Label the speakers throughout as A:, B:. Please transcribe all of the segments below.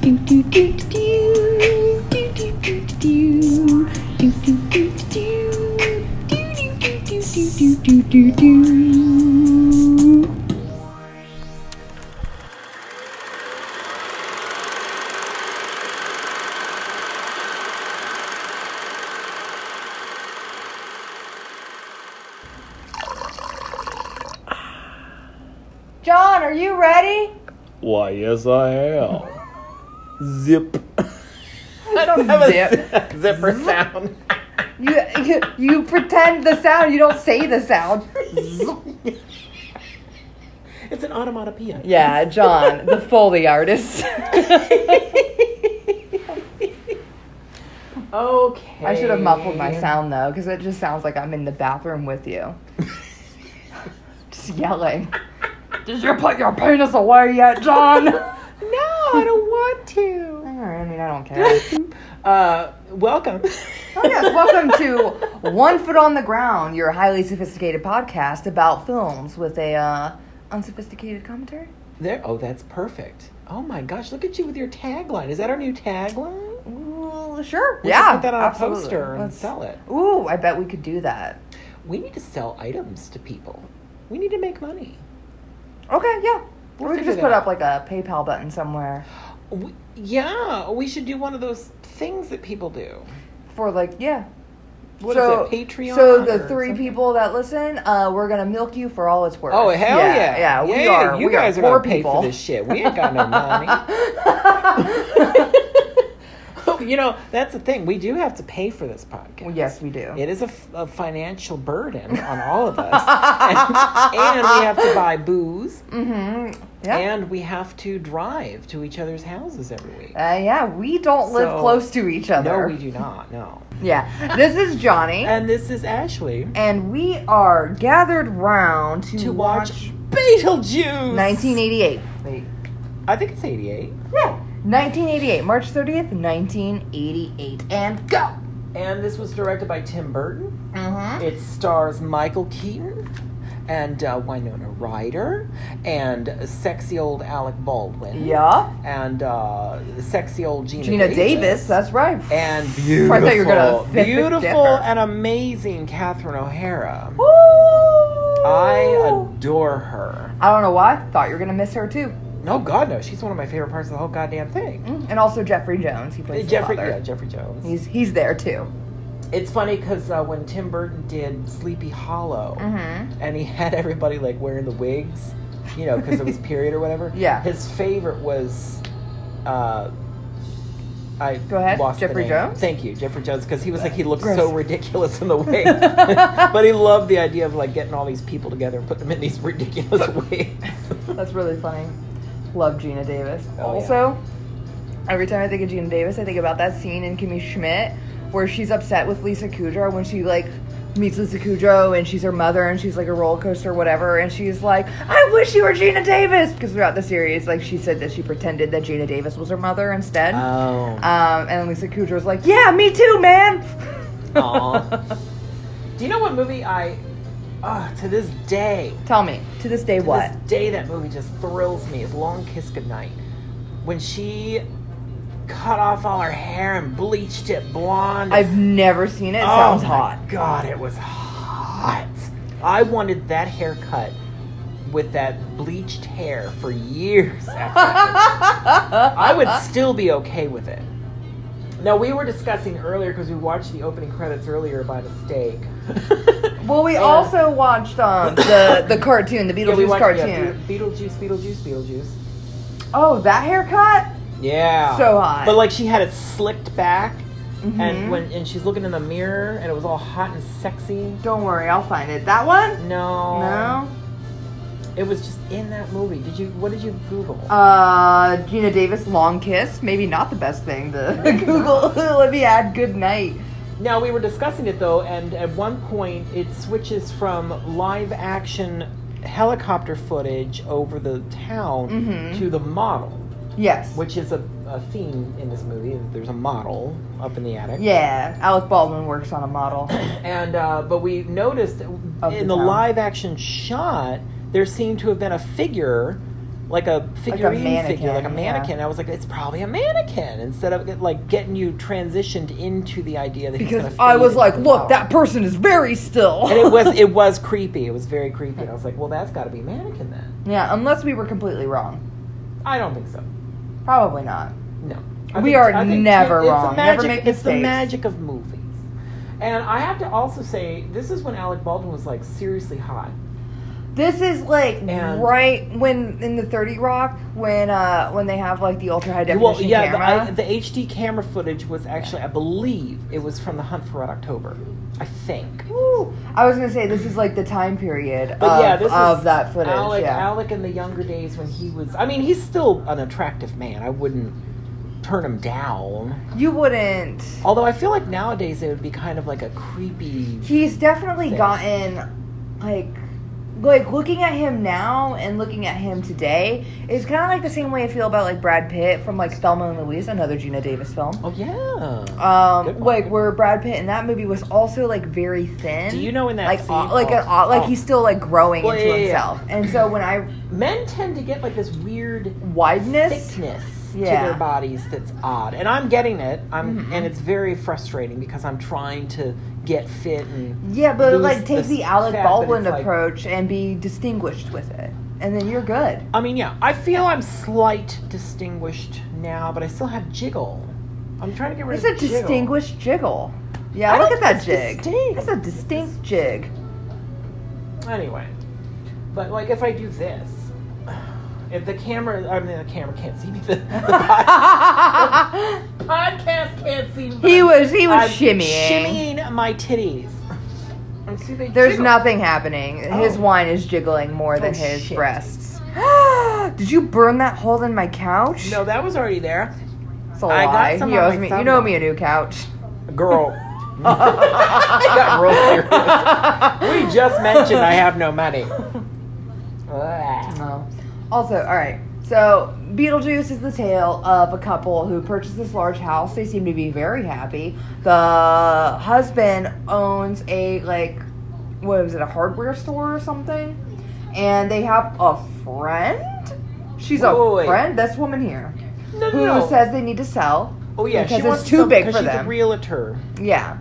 A: Do do do do do do do do do do do do do do do do do do do do.
B: John, are you ready?
C: Why, yes, I am. Zip.
B: I don't
C: zip. zipper sound.
B: You, you you pretend the sound. You don't say the sound.
C: It's an automatopoeia.
B: Yeah, John, the Foley artist.
C: Okay.
B: I should have muffled my sound though, because it just sounds like I'm in the bathroom with you, just yelling. Did you put your penis away yet, John?
C: No, I don't want to.
B: I mean, I don't care.
C: Uh, welcome.
B: Oh, yes. Welcome to One Foot on the Ground, your highly sophisticated podcast about films with a uh, unsophisticated commentary.
C: There. Oh, that's perfect. Oh my gosh, look at you with your tagline. Is that our new tagline?
B: Ooh, sure.
C: We should
B: yeah.
C: put that on
B: absolutely.
C: a poster and
B: Let's-
C: sell it.
B: Ooh, I bet we could do that.
C: We need to sell items to people. We need to make money.
B: Okay, yeah.
C: We'll
B: Or we could
C: figure
B: just
C: that
B: put
C: out.
B: up like a PayPal button somewhere
C: We, yeah, we should do one of those things that people do.
B: for like yeah.
C: What is
B: so,
C: it? Patreon.
B: So the
C: or
B: three
C: something?
B: people that listen, uh, we're gonna milk you for all it's worth.
C: Oh hell yeah!
B: Yeah, we are.
C: You
B: we
C: guys are,
B: poor
C: gonna pay
B: people.
C: for this shit. We ain't got no money. you know that's the thing. We do have to pay for this podcast.
B: Well, yes, we do.
C: It is a, f- a financial burden on all of us, and, and we have to buy booze,
B: Mm-hmm. Yeah.
C: and we have to drive to each other's houses every week.
B: Uh, yeah, we don't live
C: So-
B: close to each
C: No,
B: other.
C: we do not. No.
B: Yeah, this is Johnny,
C: And this is Ashley
B: and we are gathered round to,
C: to watch Beetlejuice.
B: 1988.
C: I think it's eighty-eight.
B: Yeah, 1988, March 30th, 1988, and go.
C: And this was directed by Tim Burton.
B: Mm-hmm.
C: It stars Michael Keaton and uh, Winona Ryder and sexy old Alec Baldwin.
B: Yeah,
C: And uh, sexy old Gina,
B: Gina Davis. That's right.
C: And beautiful,
B: I thought you were gonna fit the
C: beautiful
B: differ.
C: and amazing Catherine O'Hara.
B: Woo!
C: I adore her.
B: I don't know why. Thought you were gonna miss her too.
C: No, God, no. She's one of my favorite parts of the whole goddamn thing.
B: Mm, And also Jeffrey Jones. He plays
C: Jeffrey,
B: The father.
C: yeah, Jeffrey Jones.
B: He's he's there too.
C: it's funny because uh, when Tim Burton did Sleepy Hollow,
B: Mm-hmm.
C: and he had everybody like wearing the wigs, you know, because it was period or whatever.
B: Yeah.
C: His favorite was, uh, I
B: Go ahead,
C: Lost the
B: Jeffrey
C: name.
B: Jones?
C: Thank you, Jeffrey Jones, because he was like he looked
B: Gross.
C: so ridiculous in the wig, but he loved the idea of like getting all these people together and putting them in these ridiculous wigs.
B: That's really funny. Love Gina Davis.
C: Oh,
B: also, every time I think of Gina Davis, I think about that scene in Kimmy Schmidt where she's upset with Lisa Kudrow when she like meets Lisa Kudrow and she's her mother and she's like a roller coaster or whatever and she's like, I wish you were Gina Davis because throughout the series, like she said that she pretended that Gina Davis was her mother instead.
C: Oh,
B: um, and Lisa Kudrow's like, Yeah, me too, man.
C: Aw. do you know what movie I? Uh, to this day,
B: Tell me, to this day,
C: to
B: what?
C: this day that movie just thrills me is long kiss goodnight when she cut off all her hair and bleached it blonde
B: I've never seen it. It
C: oh
B: sounds
C: my
B: hot.
C: god it was hot i wanted that haircut with that bleached hair for years after that. i would still be okay with it now we were discussing earlier because we watched the opening credits earlier by mistake
B: Well, we
C: And-
B: also watched um, the the cartoon, the
C: Yeah,
B: Beetlejuice
C: we watched- yeah,
B: cartoon.
C: Beetle- beetlejuice beetlejuice beetlejuice
B: oh, that haircut!
C: Yeah.
B: So hot.
C: But like she had it slicked back
B: Mhm.
C: and when and she's looking in the mirror and it was all hot and sexy.
B: Don't worry, I'll find it. That one?
C: No.
B: No.
C: It was just in that movie. Did you what did you Google?
B: Uh, Gina Davis, long kiss. Maybe not the best thing. The Google Olivia, good night.
C: now we were discussing it though and at one point it switches from live action helicopter footage over the town
B: Mhm.
C: to the model,
B: Yes.
C: which is a, a theme in this movie. There's a model up in the attic.
B: Yeah, Alec Baldwin works on a model.
C: And uh, but we noticed
B: Of
C: in
B: the
C: the
B: town.
C: live action shot, there seemed to have been a figure like a figurine figure,
B: mannequin,
C: like a
B: yeah.
C: mannequin. I was like, it's probably a mannequin instead of it, like getting you transitioned into the idea that he's
B: Because
C: gonna
B: I
C: fade
B: was
C: into
B: like,
C: the
B: look,
C: flower."
B: that person is very still.
C: and it was it was creepy. It was very creepy. And I was like, well, that's got to be mannequin then.
B: yeah, unless we were completely wrong.
C: I don't think so.
B: Probably not.
C: No, I
B: We
C: think-
B: are
C: I think
B: never
C: it's the
B: wrong. Never
C: Magic,
B: make
C: it's the
B: mistakes.
C: magic of movies. And I have to also say, this is when Alec Baldwin was like seriously hot.
B: This is like
C: And-
B: right when in the Thirty Rock when uh when they have like the ultra high definition
C: Well, yeah, the,
B: camera.
C: I, the HD camera footage was actually, I believe, it was from The Hunt for Red October. I think.
B: Woo. I was gonna say this is like the time period
C: But
B: of,
C: yeah, this
B: of
C: is
B: that footage.
C: Alec,
B: yeah.
C: Alec in the younger days when he was. I mean, he's still an attractive man. I wouldn't turn him down.
B: You wouldn't.
C: Although I feel like nowadays it would be kind of like a creepy.
B: He's definitely
C: Yes.
B: gotten like like looking at him now and looking at him today is kind of like the same way I feel about like Brad Pitt from like Thelma and Louise, another Gina Davis film.
C: Oh yeah. Good
B: Um,
C: one.
B: like where Brad Pitt in that movie was also like very thin.
C: Do you know in that
B: like
C: scene-
B: au- like an,
C: oh,
B: au- like
C: oh.
B: he's still like growing
C: Well,
B: into
C: yeah, yeah, yeah.
B: himself. And so when I
C: Men tend to get like this weird
B: wideness,
C: thickness
B: Yeah.
C: to their bodies that's odd, and I'm getting it. I'm and it's very frustrating because I'm trying to get fit and
B: yeah, but
C: lose
B: like take the Alec
C: fat, but
B: Baldwin
C: it's like-
B: approach and be distinguished with it, and then you're good.
C: I mean, yeah, I feel I'm slight distinguished now, but I still have jiggle. I'm trying to get rid
B: It's
C: of
B: a
C: jiggle.
B: distinguished jiggle. Yeah,
C: I
B: look
C: don't
B: at that
C: think
B: jig.
C: it's distinct.
B: That's a distinct jig.
C: Anyway, but like if I do this, if the camera, I mean the camera can't see me. The, the pod- podcast can't see me.
B: he was he was
C: I'm
B: shimmying.
C: shimmying my titties. And see, they
B: There's
C: jiggle.
B: nothing happening. His
C: Oh.
B: wine is jiggling more than
C: Oh,
B: his
C: shit.
B: breasts. Did you burn that hole in my couch?
C: No, that was already there.
B: it's a
C: I got
B: lie.
C: some
B: He
C: on
B: owes
C: my
B: me. You
C: thumb.
B: know me a new couch.
C: Girl. I got real serious. We just mentioned I have no money.
B: Oh. Also, all right. So Beetlejuice is the tale of a couple who purchased this large house. They seem to be very happy. The husband owns a like, what was it, a hardware store or something? And they have a friend. She's
C: Wait,
B: a
C: wait, wait.
B: friend. This woman here
C: No,
B: who
C: no, no.
B: says they need to sell.
C: oh yeah,
B: because
C: she
B: it's
C: wants
B: too
C: some-
B: big
C: 'cause
B: for
C: she's
B: them.
C: a realtor.
B: Yeah.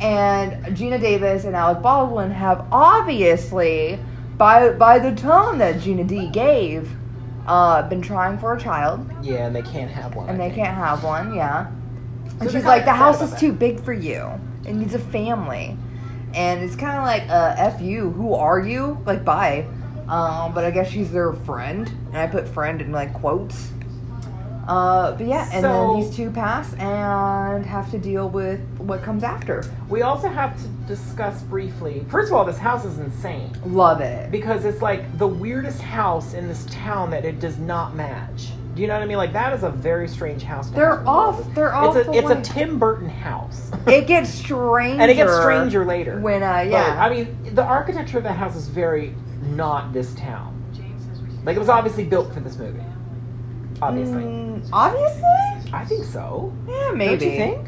B: And Gina Davis and Alec Baldwin have obviously, by by the tone that Gina D gave, uh, been trying for a child,
C: Yeah, and they can't have one.
B: and
C: I
B: they
C: think.
B: can't have one. Yeah.
C: So
B: And
C: they're
B: she's like,
C: kinda
B: the
C: upset
B: house
C: about
B: is
C: that."
B: too big for you. It needs a family. And it's kind of like, uh, F you. Who are you? Like, bye. Um, but I guess she's their friend. And I put friend in like quotes. Uh, but yeah, and
C: So-
B: then these two pass and have to deal with what comes after.
C: We also have to discuss briefly. First of all, this house is insane
B: Love it.
C: because it's like the weirdest house in this town that it does not match. Do you know what I mean? Like that is a very strange house. to have
B: They're
C: in the world.
B: off. They're off.
C: It's a,
B: the
C: it's a
B: line.
C: Tim Burton house.
B: it gets stranger.
C: and it gets stranger later.
B: When uh,
C: But,
B: yeah,
C: I mean, the architecture of that house is very not this town. Like it was obviously built for this movie. Obviously,
B: Mm, obviously.
C: I think so.
B: Yeah,
C: Don't
B: maybe.
C: you think?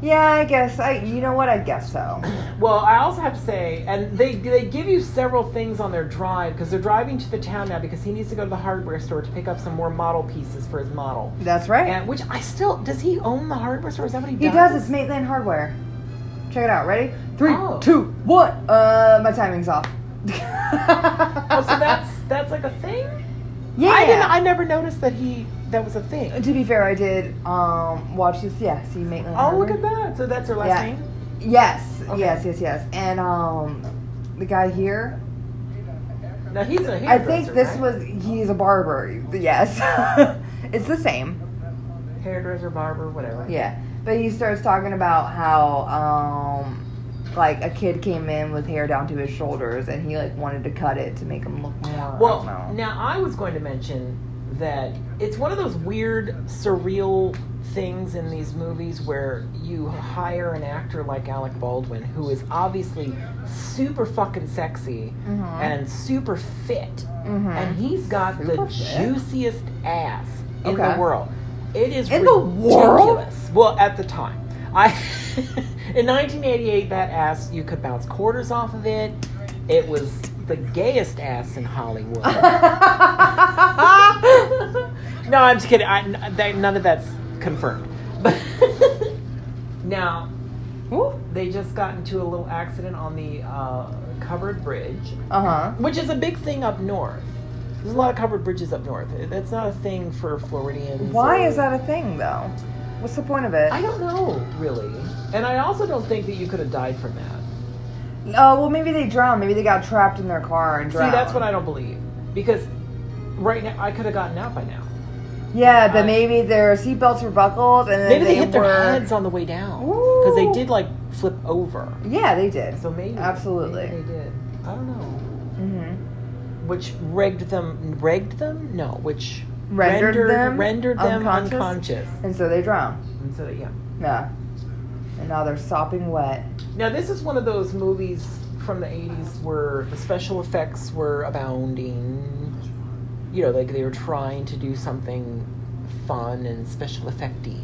B: Yeah, I guess. I. You know what? I guess so.
C: Well, I also have to say, and they they give you several things on their drive because they're driving to the town now because he needs to go to the hardware store to pick up some more model pieces for his model.
B: That's right.
C: And which I still does he own the hardware store? Is that what he does?
B: he does. It's Maitland Hardware. Check it out. Ready? Three, two, one.
C: Oh.
B: Uh, my timing's off.
C: Oh, so that's that's like a thing.
B: yeah.
C: I didn't. I never noticed that he that was a thing.
B: to be fair, I did um watch this. Yeah, see Maitland.
C: Oh,
B: Hardware.
C: look at that. So that's her last
B: Yeah.
C: name?
B: Yes,
C: Okay.
B: yes, yes, yes. And um, the guy here,
C: No, he's a
B: I think
C: hairdresser,
B: this
C: right?
B: was he's a barber. Yes, it's the same.
C: Hairdresser, barber, whatever.
B: Yeah, but he starts talking about how um, like a kid came in with hair down to his shoulders, and he like wanted to cut it to make him look more.
C: Well,
B: I don't know.
C: now I was going to mention that it's one of those weird, surreal things in these movies where you hire an actor like Alec Baldwin, who is obviously super fucking sexy
B: Mhm.
C: and super fit,
B: Mhm.
C: and he's got the
B: Super fit?
C: juiciest ass in
B: Okay.
C: the world. It is
B: In the world?
C: ridiculous. Well, at the time, I in 1988 that ass you could bounce quarters off of it. It was the gayest ass in Hollywood. No, I'm just kidding. I, n- that, none of that's confirmed. But now
B: Uh
C: they just got into a little accident on the uh, covered bridge,
B: huh.
C: which is a big thing up north. There's a lot of covered bridges up north. That's not a thing for Floridians.
B: Why
C: or-
B: is that a thing though? What's the point of it?
C: I don't know, really. And I also don't think that you could have died from that.
B: Uh, well, maybe they drowned. Maybe they got trapped in their car and drowned.
C: See, that's what I don't believe. Because right now, I could have gotten out by now.
B: Yeah,
C: I-
B: but maybe their seatbelts were buckled and then
C: Maybe they, hit
B: were...
C: their heads on the way down. Because they
B: Ooh.
C: did, like, flip over.
B: Yeah, they did.
C: So maybe.
B: Absolutely.
C: maybe they did. I don't know.
B: hmm
C: Which regged them. Regged them? No. Which
B: Rendered them
C: rendered them
B: unconscious?
C: unconscious.
B: And so they drowned.
C: And so, yeah.
B: Yeah. And now they're sopping wet.
C: Now, this is one of those movies from the 80s where the special effects were abounding. You know, like they were trying to do something fun and special effecty.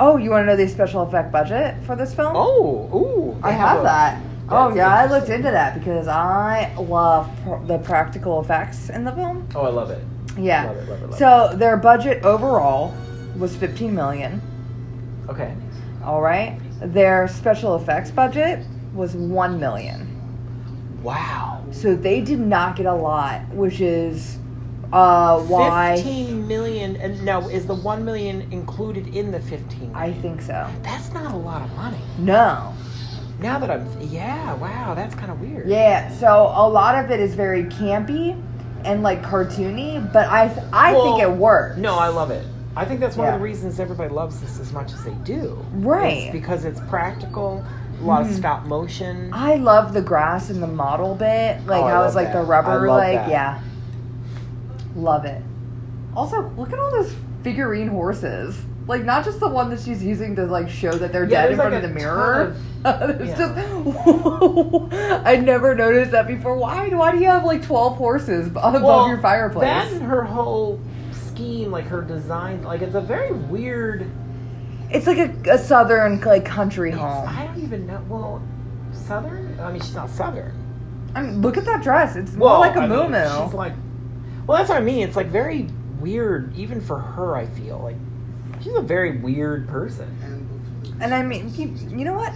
B: Oh, you want to know the special effect budget for this film?
C: Oh, ooh.
B: I have, that. Oh
C: That's
B: yeah, I looked
C: interesting.
B: into that because I love pr- the practical effects in the film.
C: Oh, I love it.
B: Yeah.
C: Love it, love it, love
B: so their budget overall was 15 million.
C: Okay.
B: All right. Their special effects budget was 1 million.
C: Wow.
B: So they did not get a lot, which is uh, why
C: 15 million. And now, is the 1 million included in the 15?
B: I think so.
C: That's not a lot of money.
B: No.
C: Now that I'm. Yeah, wow, that's kind of weird.
B: Yeah. So a lot of it is very campy and like cartoony, but I I
C: Well,
B: think it works.
C: No, I love it. I think that's one of
B: Yeah.
C: the reasons everybody loves this as much as they do.
B: Right. Mm-hmm.
C: It's because it's practical, a lot of stop motion.
B: I love the grass and the model bit, like
C: Oh, I
B: how it's
C: love
B: like the
C: that.
B: rubber,
C: I love
B: like
C: that.
B: yeah, love it. Also, look at all those figurine horses. Like not just the one that she's using to like show that they're
C: Yeah,
B: dead in
C: there's,
B: front
C: like,
B: of the
C: a
B: mirror. There's
C: yeah.
B: just I never noticed that before. Why? Why do you have like twelve horses b- above
C: Well,
B: your fireplace?
C: That and her whole scheme, like her design, like it's a very weird.
B: It's like a, a southern like country home.
C: I don't even know. Well, southern. I mean, she's not southern.
B: I mean, look at that dress. It's more
C: Well,
B: like a
C: I mean,
B: moo
C: She's
B: moo.
C: like. Well, that's what I mean. It's like very weird, even for her. I feel like she's a very weird person.
B: And I mean, you, you know what?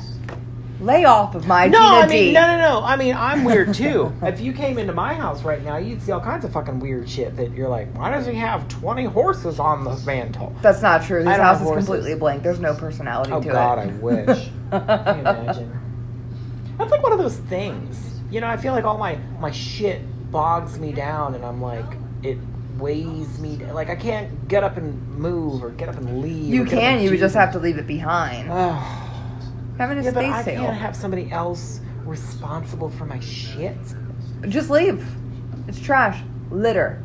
B: Lay off of my
C: No,
B: Gina
C: I
B: D.
C: mean, no, no, no. I mean, I'm weird too. if you came into my house right now, you'd see all kinds of fucking weird shit that you're like, why does he have 20 horses on the mantle?
B: That's not true.
C: I
B: This
C: don't
B: house
C: have
B: is
C: horses.
B: completely blank. There's no personality
C: Oh,
B: to
C: God,
B: it.
C: I wish. Can you imagine? That's like one of those things. You know, I feel like all my, my shit bogs me down and I'm like, it weighs me down. Like, I can't get up and move or get up and leave.
B: You can. You would just have to leave it behind.
C: Oh.
B: Having a
C: Yeah, but I
B: space
C: can't
B: sale.
C: have somebody else responsible for my shit.
B: Just leave. It's trash. Litter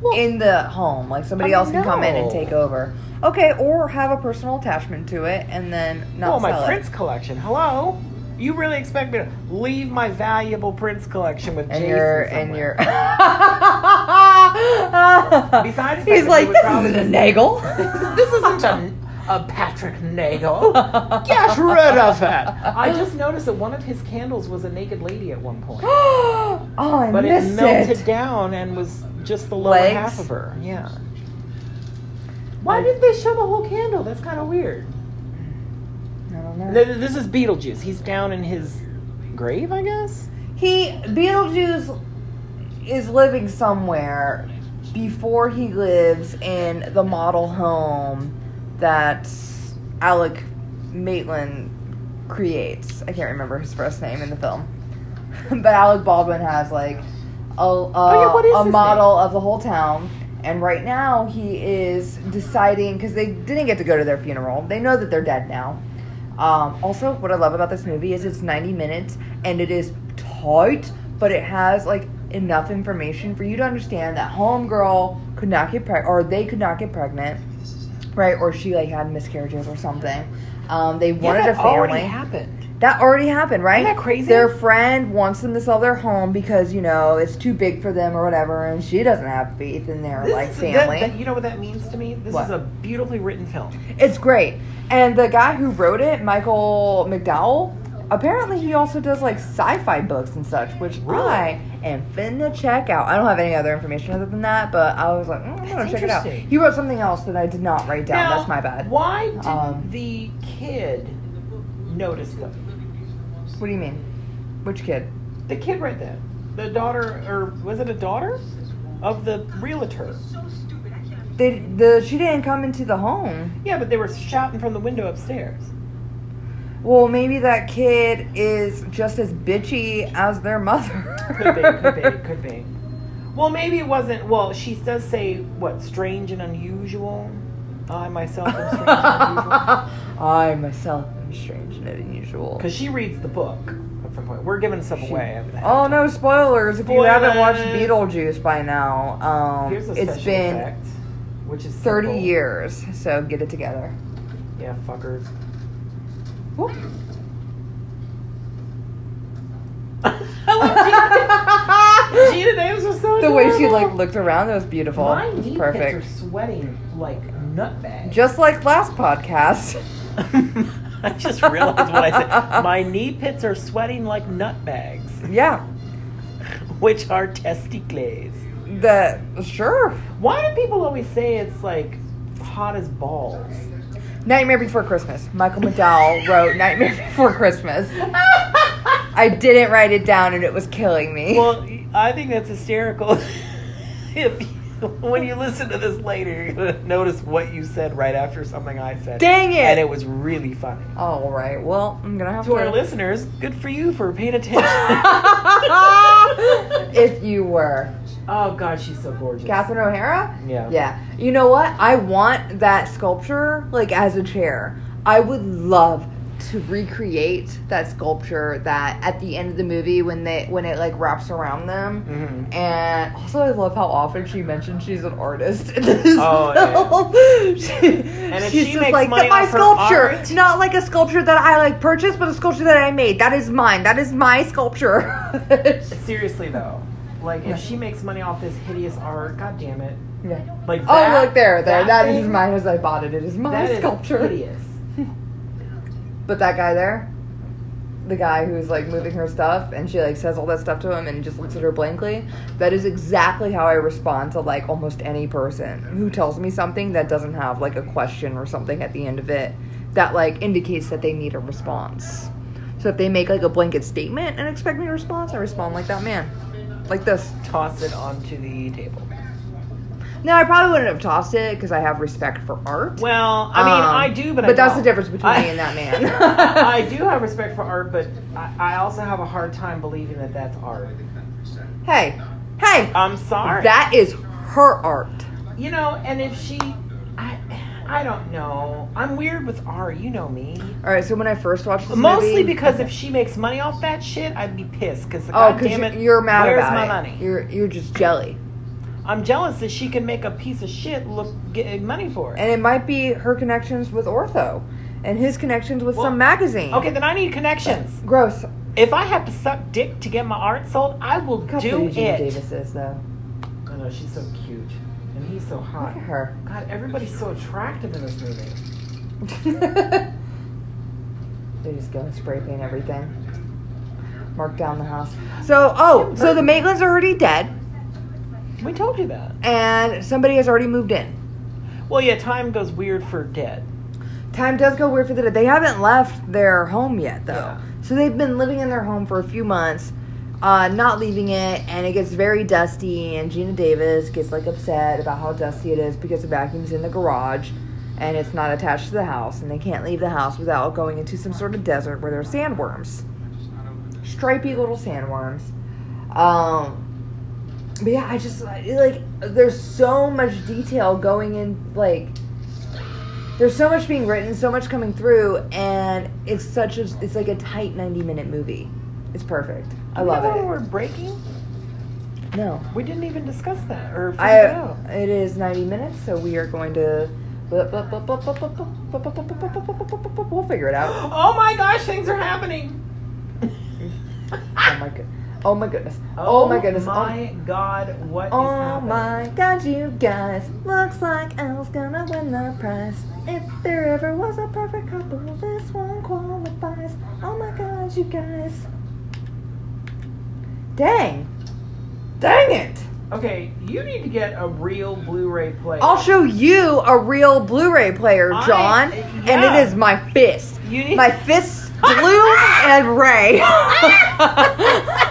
C: Well,
B: in the home. Like somebody
C: I
B: else can come in and
C: know.
B: take over. Okay, or have a personal attachment to it and then not
C: oh, my
B: sell
C: Prince
B: it.
C: collection. Hello? You really expect me to leave my valuable Prince collection with
B: And
C: Jason
B: you're
C: somewhere?
B: and you're. Besides,
C: the fact
B: he's
C: that
B: like
C: we would
B: this
C: probably-
B: isn't a nagel.
C: this isn't a, a Patrick Nagel. Get rid of it. I just noticed that one of his candles was a naked lady at one point,
B: oh, I
C: but it
B: missed
C: melted down and was just the lower
B: Legs?
C: half of her. Yeah. Why did they show the whole candle? That's kind of weird.
B: I don't know.
C: Th- This is Beetlejuice. He's down in his grave, I guess.
B: He Beetlejuice is living somewhere before he lives in the model home that Alec Maitland creates. I can't remember his first name in the film, but Alec Baldwin has like a
C: Oh, yeah, what is
B: a, a
C: his name?
B: model of the whole town. And right now he is deciding because they didn't get to go to their funeral. They know that they're dead now. Um, also, what I love about this movie is it's 90 minutes and it is tight, but it has like enough information for you to understand that homegirl could not get pregnant, or they could not get pregnant, right? Or she like had miscarriages or something. Um, they wanted
C: yeah,
B: a
C: that
B: family.
C: already happened.
B: that already happened, right?
C: Isn't that crazy?
B: Their friend wants them to sell their home because you know it's too big for them or whatever, and she doesn't have faith in their
C: This
B: like
C: is- that-
B: family.
C: that- you know what that means to me? This is
B: What?
C: a beautifully written film.
B: It's great. And the guy who wrote it, Michael McDowell, apparently he also does like sci-fi books and such, which
C: Really?
B: I am finna check out. I don't have any other information other than that, but I was like, mm, I'm gonna
C: That's
B: check it out.
C: interesting.
B: He wrote something else that I did not write down.
C: Now,
B: That's my bad. What,
C: Why did
B: Um,
C: the kid notice them?
B: do you mean? Which kid?
C: The kid right there. The daughter, or was it a daughter? Of the realtor.
B: They, the she didn't come into the home.
C: Yeah, but they were shouting from the window upstairs.
B: Well, maybe that kid is just as bitchy as their mother.
C: Could be, could be, could be. Well, maybe it wasn't. Well, she does say, what, strange and unusual? I myself am strange and unusual.
B: I myself am strange and unusual.
C: Because she reads the book at some point. We're giving stuff
B: She-
C: away.
B: Oh no, spoilers! If you haven't watched
C: Spoilers.
B: Beetlejuice by now, um,
C: Here's a
B: it's
C: special
B: been
C: effect, which is
B: thirty
C: simple.
B: years. So get it together.
C: Yeah, fuckers.
B: Whoop.
C: Gina Davis was so
B: the way she like
C: adorable.
B: looked around, that was beautiful.
C: My
B: It was
C: knee pits
B: perfect.
C: are sweating like nutbags.
B: Just like last podcast.
C: I just realized what I said. My knee pits are sweating like nutbags,
B: yeah,
C: which are testicles.
B: that sure.
C: Why do people always say it's like hot as balls?
B: Nightmare Before Christmas. Michael McDowell wrote Nightmare Before Christmas. I didn't write it down, and it was killing me.
C: Well, I think that's hysterical. if you, when you listen to this later, you're gonna notice what you said right after something I said.
B: Dang it!
C: And it was really funny.
B: All right. Well, I'm gonna have
C: To our
B: to
C: listeners, good for you for paying attention.
B: if you were
C: oh God, she's so gorgeous.
B: Catherine O'Hara.
C: Yeah.
B: Yeah. You know what? I want that sculpture like as a chair. I would love to recreate that sculpture that at the end of the movie when they when it like wraps around them.
C: hmm
B: And also, I love how often she mentions she's an artist in this
C: Oh,
B: film. She-
C: if
B: she's
C: she
B: just
C: makes
B: like
C: money
B: my
C: off her
B: sculpture,
C: art-
B: not like a sculpture that I like purchased, but a sculpture that I made. That is mine. That is my sculpture.
C: Seriously though, like if she makes money off this hideous art, God damn it!
B: yeah.
C: Like
B: oh, look there, there. that is
C: thing-
B: mine as I bought it. It is my
C: that is
B: sculpture.
C: hideous.
B: But that guy there, the guy who's like moving her stuff, and she like says all that stuff to him, and he just looks at her blankly. That is exactly how I respond to like almost any person who tells me something that doesn't have like a question or something at the end of it that like indicates that they need a response. So if they make like a blanket statement and expect me to respond, I respond like that man, like this.
C: Toss it onto the table.
B: Now I probably wouldn't have tossed it because I have respect for art.
C: Well, I mean,
B: Um,
C: I do, but I
B: but that's
C: don't.
B: the difference between
C: I-
B: me and that man.
C: I do have respect for art, but I, I also have a hard time believing that that's art.
B: Hey, hey,
C: I'm sorry.
B: that is her art.
C: you know, and if she, I, I don't know. I'm weird with art. You know me.
B: All right, so when I first watched this movie-
C: Mostly because if she makes money off that shit, I'd be pissed. Because
B: oh,
C: God
B: because
C: damn
B: you're,
C: it,
B: you're mad
C: where's
B: about
C: my
B: it.
C: money?
B: You're you're just jelly,
C: I'm jealous that she can make a piece of shit look get money for it.
B: and it might be her connections with Ortho, and his connections with
C: Well,
B: some magazine.
C: Okay, then I need connections.
B: gross.
C: If I have to suck dick to get my art sold, I will
B: Look how
C: do
B: pretty Gina
C: it.
B: Davis is, though.
C: I know she's so cute, and he's so hot.
B: Look at her.
C: God, everybody's so attractive in this movie.
B: They just go and spray paint everything. Mark down the house. So, oh, so the Maitlands are already dead,
C: We told you that.
B: and somebody has already moved in.
C: Well, yeah, time goes weird for dead.
B: Time does go weird for the day. They haven't left their home yet, though.
C: Yeah.
B: So they've been living in their home for a few months, uh, not leaving it, and it gets very dusty. And Gina Davis gets like upset about how dusty it is because the vacuum's in the garage, and it's not attached to the house, and they can't leave the house without going into some sort of desert where there's sandworms, stripy little sandworms. Um, but yeah, I just I- like there's so much detail going in, like there's so much being written, so much coming through, and it's such a it's like a tight 90 minute movie. It's perfect. I love
C: Remember when
B: it.
C: We're breaking.
B: No,
C: We didn't even discuss that or figure
B: I
C: it out.
B: it is 90 minutes, so we are going to. We'll figure it out.
C: Oh my gosh, things are happening.
B: Oh my good. Oh my goodness. Oh my goodness.
C: My God, what is
B: Oh
C: happening?
B: my god, you guys. Looks like Elle's gonna win the prize. If there ever was a perfect couple, this one qualifies. Oh my god, you guys. Dang. Dang it!
C: Okay, you need to get a real Blu-ray player.
B: I'll show you a real Blu-ray player,
C: I-
B: John, and
C: yeah.
B: it is my fist.
C: You need-
B: my fists blue and ray.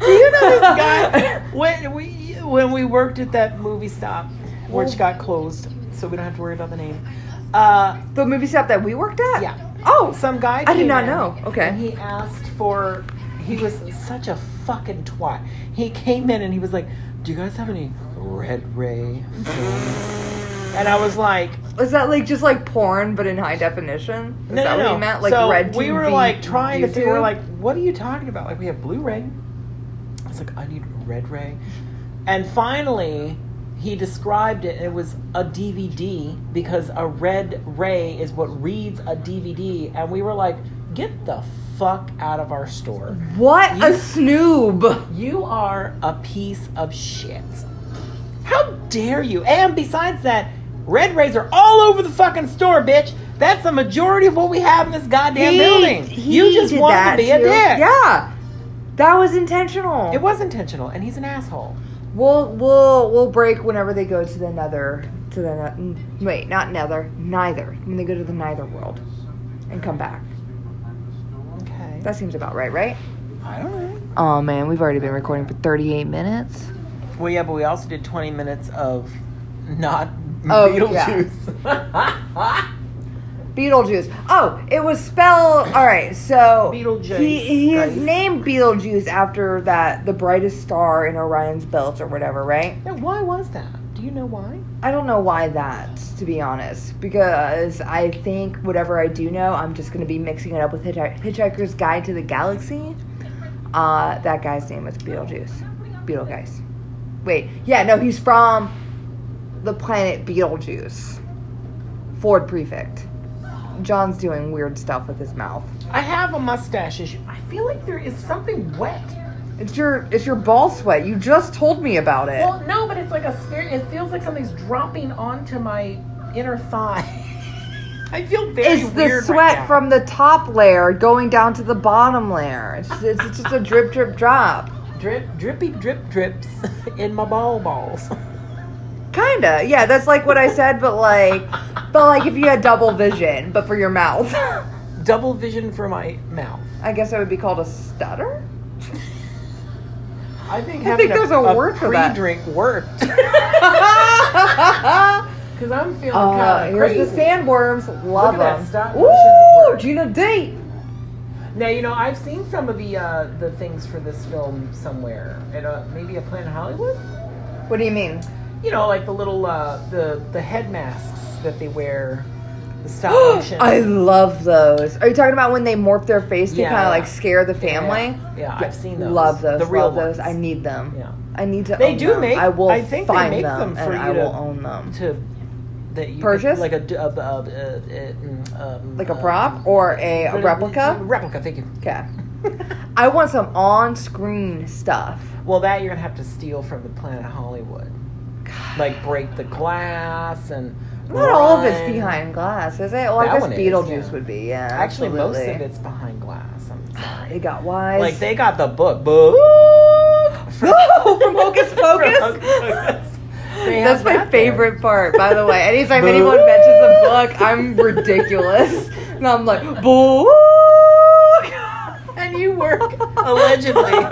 C: Do you know this guy? When we when we worked at that movie stop, which got closed, so we don't have to worry about the name. Uh,
B: the movie shop that we worked at.
C: yeah.
B: Oh,
C: Some guy.
B: I did
C: came
B: not
C: in,
B: know. Okay.
C: And he asked for. He was such a fucking twat. He came in and he was like, "Do you guys have any Red Ray?" films?" and I was like,
B: is that like just like porn but in high definition? Is
C: "No,
B: that
C: no,
B: what
C: no."
B: you meant? Like
C: so
B: red.
C: we were
B: TV,
C: like trying to figure.
B: YouTube?
C: We're like, "What are you talking about? Like we have Blu-ray." I was like, "I need Red Ray," and finally. He described it, and it was a DVD because a red ray is what reads a DVD. And we were like, get the fuck out of our store.
B: what a
C: You-
B: snoob.
C: You are a piece of shit. How dare you? And besides that, Red Rays are all over the fucking store, bitch. That's the majority of what we have in this goddamn
B: He-
C: building.
B: he
C: you just
B: did
C: want
B: that
C: to be a
B: too.
C: dick.
B: Yeah. That was intentional.
C: It was intentional, and he's an asshole.
B: We'll we'll we'll break whenever they go to the nether to the ne- n- wait not nether neither when they go to the neither world and come back.
C: Okay.
B: That seems about right, right?
C: I don't know.
B: Oh man, we've already been recording for 38 minutes.
C: Well, yeah, but we also did 20 minutes of not
B: Oh,
C: Beetlejuice.
B: Beetlejuice. Oh, it was spelled all right. So
C: Beetlejuice.
B: He, he is
C: Nice.
B: named Beetlejuice after that the brightest star in Orion's belt or whatever, right?
C: Now, why was that? Do you know why?
B: I don't know why that, to be honest, because I think whatever I do know, I'm just going to be mixing it up with Hitchhi- Hitchhiker's Guide to the Galaxy. Uh, that guy's name is Beetlejuice. Beetlejuice. Wait, yeah, no, he's from the planet Beetlejuice. Ford Prefect. John's doing weird stuff with his mouth.
C: I have a mustache issue. I feel like there is something wet
B: It's your it's your ball sweat. You just told me about it.
C: Well, no, but it's like a spirit. It feels like something's dropping onto my inner thigh. I feel very
B: It's the
C: weird
B: sweat
C: right now.
B: from the top layer going down to the bottom layer. It's, it's it's just a drip, drip, drop.
C: drip, drippy, drip, drips in my ball balls.
B: Kinda, yeah. That's like what I said, but like, but like if you had double vision, but for your mouth,
C: Double vision for my mouth.
B: I guess that would be called a stutter.
C: I think
B: I
C: having
B: think there's a word for that.
C: Pre-drink worked because I'm feeling
B: Uh,
C: kind of
B: here's
C: crazy.
B: the sandworms. Love
C: Look at that stop
B: them.
C: motion
B: Ooh,
C: work.
B: Gina D.
C: Now you know I've seen some of the uh, the things for this film somewhere at a, maybe a Planet Hollywood.
B: What do you mean?
C: You know, like the little uh, the the head masks that they wear. The stop motion.
B: I love those. Are you talking about when they morph their face to
C: Yeah.
B: kind of like scare the family?
C: Yeah, yeah, I've seen those.
B: Love those.
C: The real
B: love those.
C: ones.
B: I need them.
C: Yeah.
B: I need to.
C: They
B: own
C: do
B: them.
C: make-
B: I will
C: I think they
B: find
C: make
B: them,
C: them
B: and
C: for
B: I
C: you to-
B: will own them.
C: to that you could-
B: Purchase?
C: like a d- a- a- a- a- um,
B: Like a
C: uh,
B: prop or a, a replica.
C: Replica, thank you.
B: Okay. I want some on-screen stuff.
C: Well, that you're gonna have to steal from the Planet Hollywood, like break the glass and.
B: Not all of
C: run.
B: it's behind glass, is it? Well,
C: That
B: I guess
C: one is,
B: Beetlejuice
C: yeah.
B: would be. Yeah.
C: Actually, most of
B: absolutely.
C: it's behind glass. I'm sorry.
B: It got wise.
C: Like they got the book, book
B: no, from Hocus Pocus.
C: From Hocus Pocus. They
B: That's
C: have
B: my
C: that there.
B: favorite part, by the way. Anytime anyone mentions a book, I'm ridiculous. And I'm like, book.
C: And you work allegedly. That's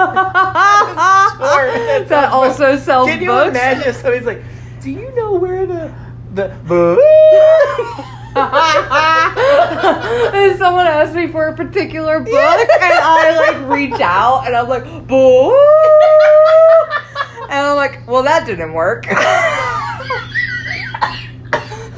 B: that also sells
C: Can you
B: books.
C: imagine if somebody's like, "Do you know where the the
B: and someone asked me for a particular book, and I like reach out and I'm like, book. And I'm like, well, that didn't work.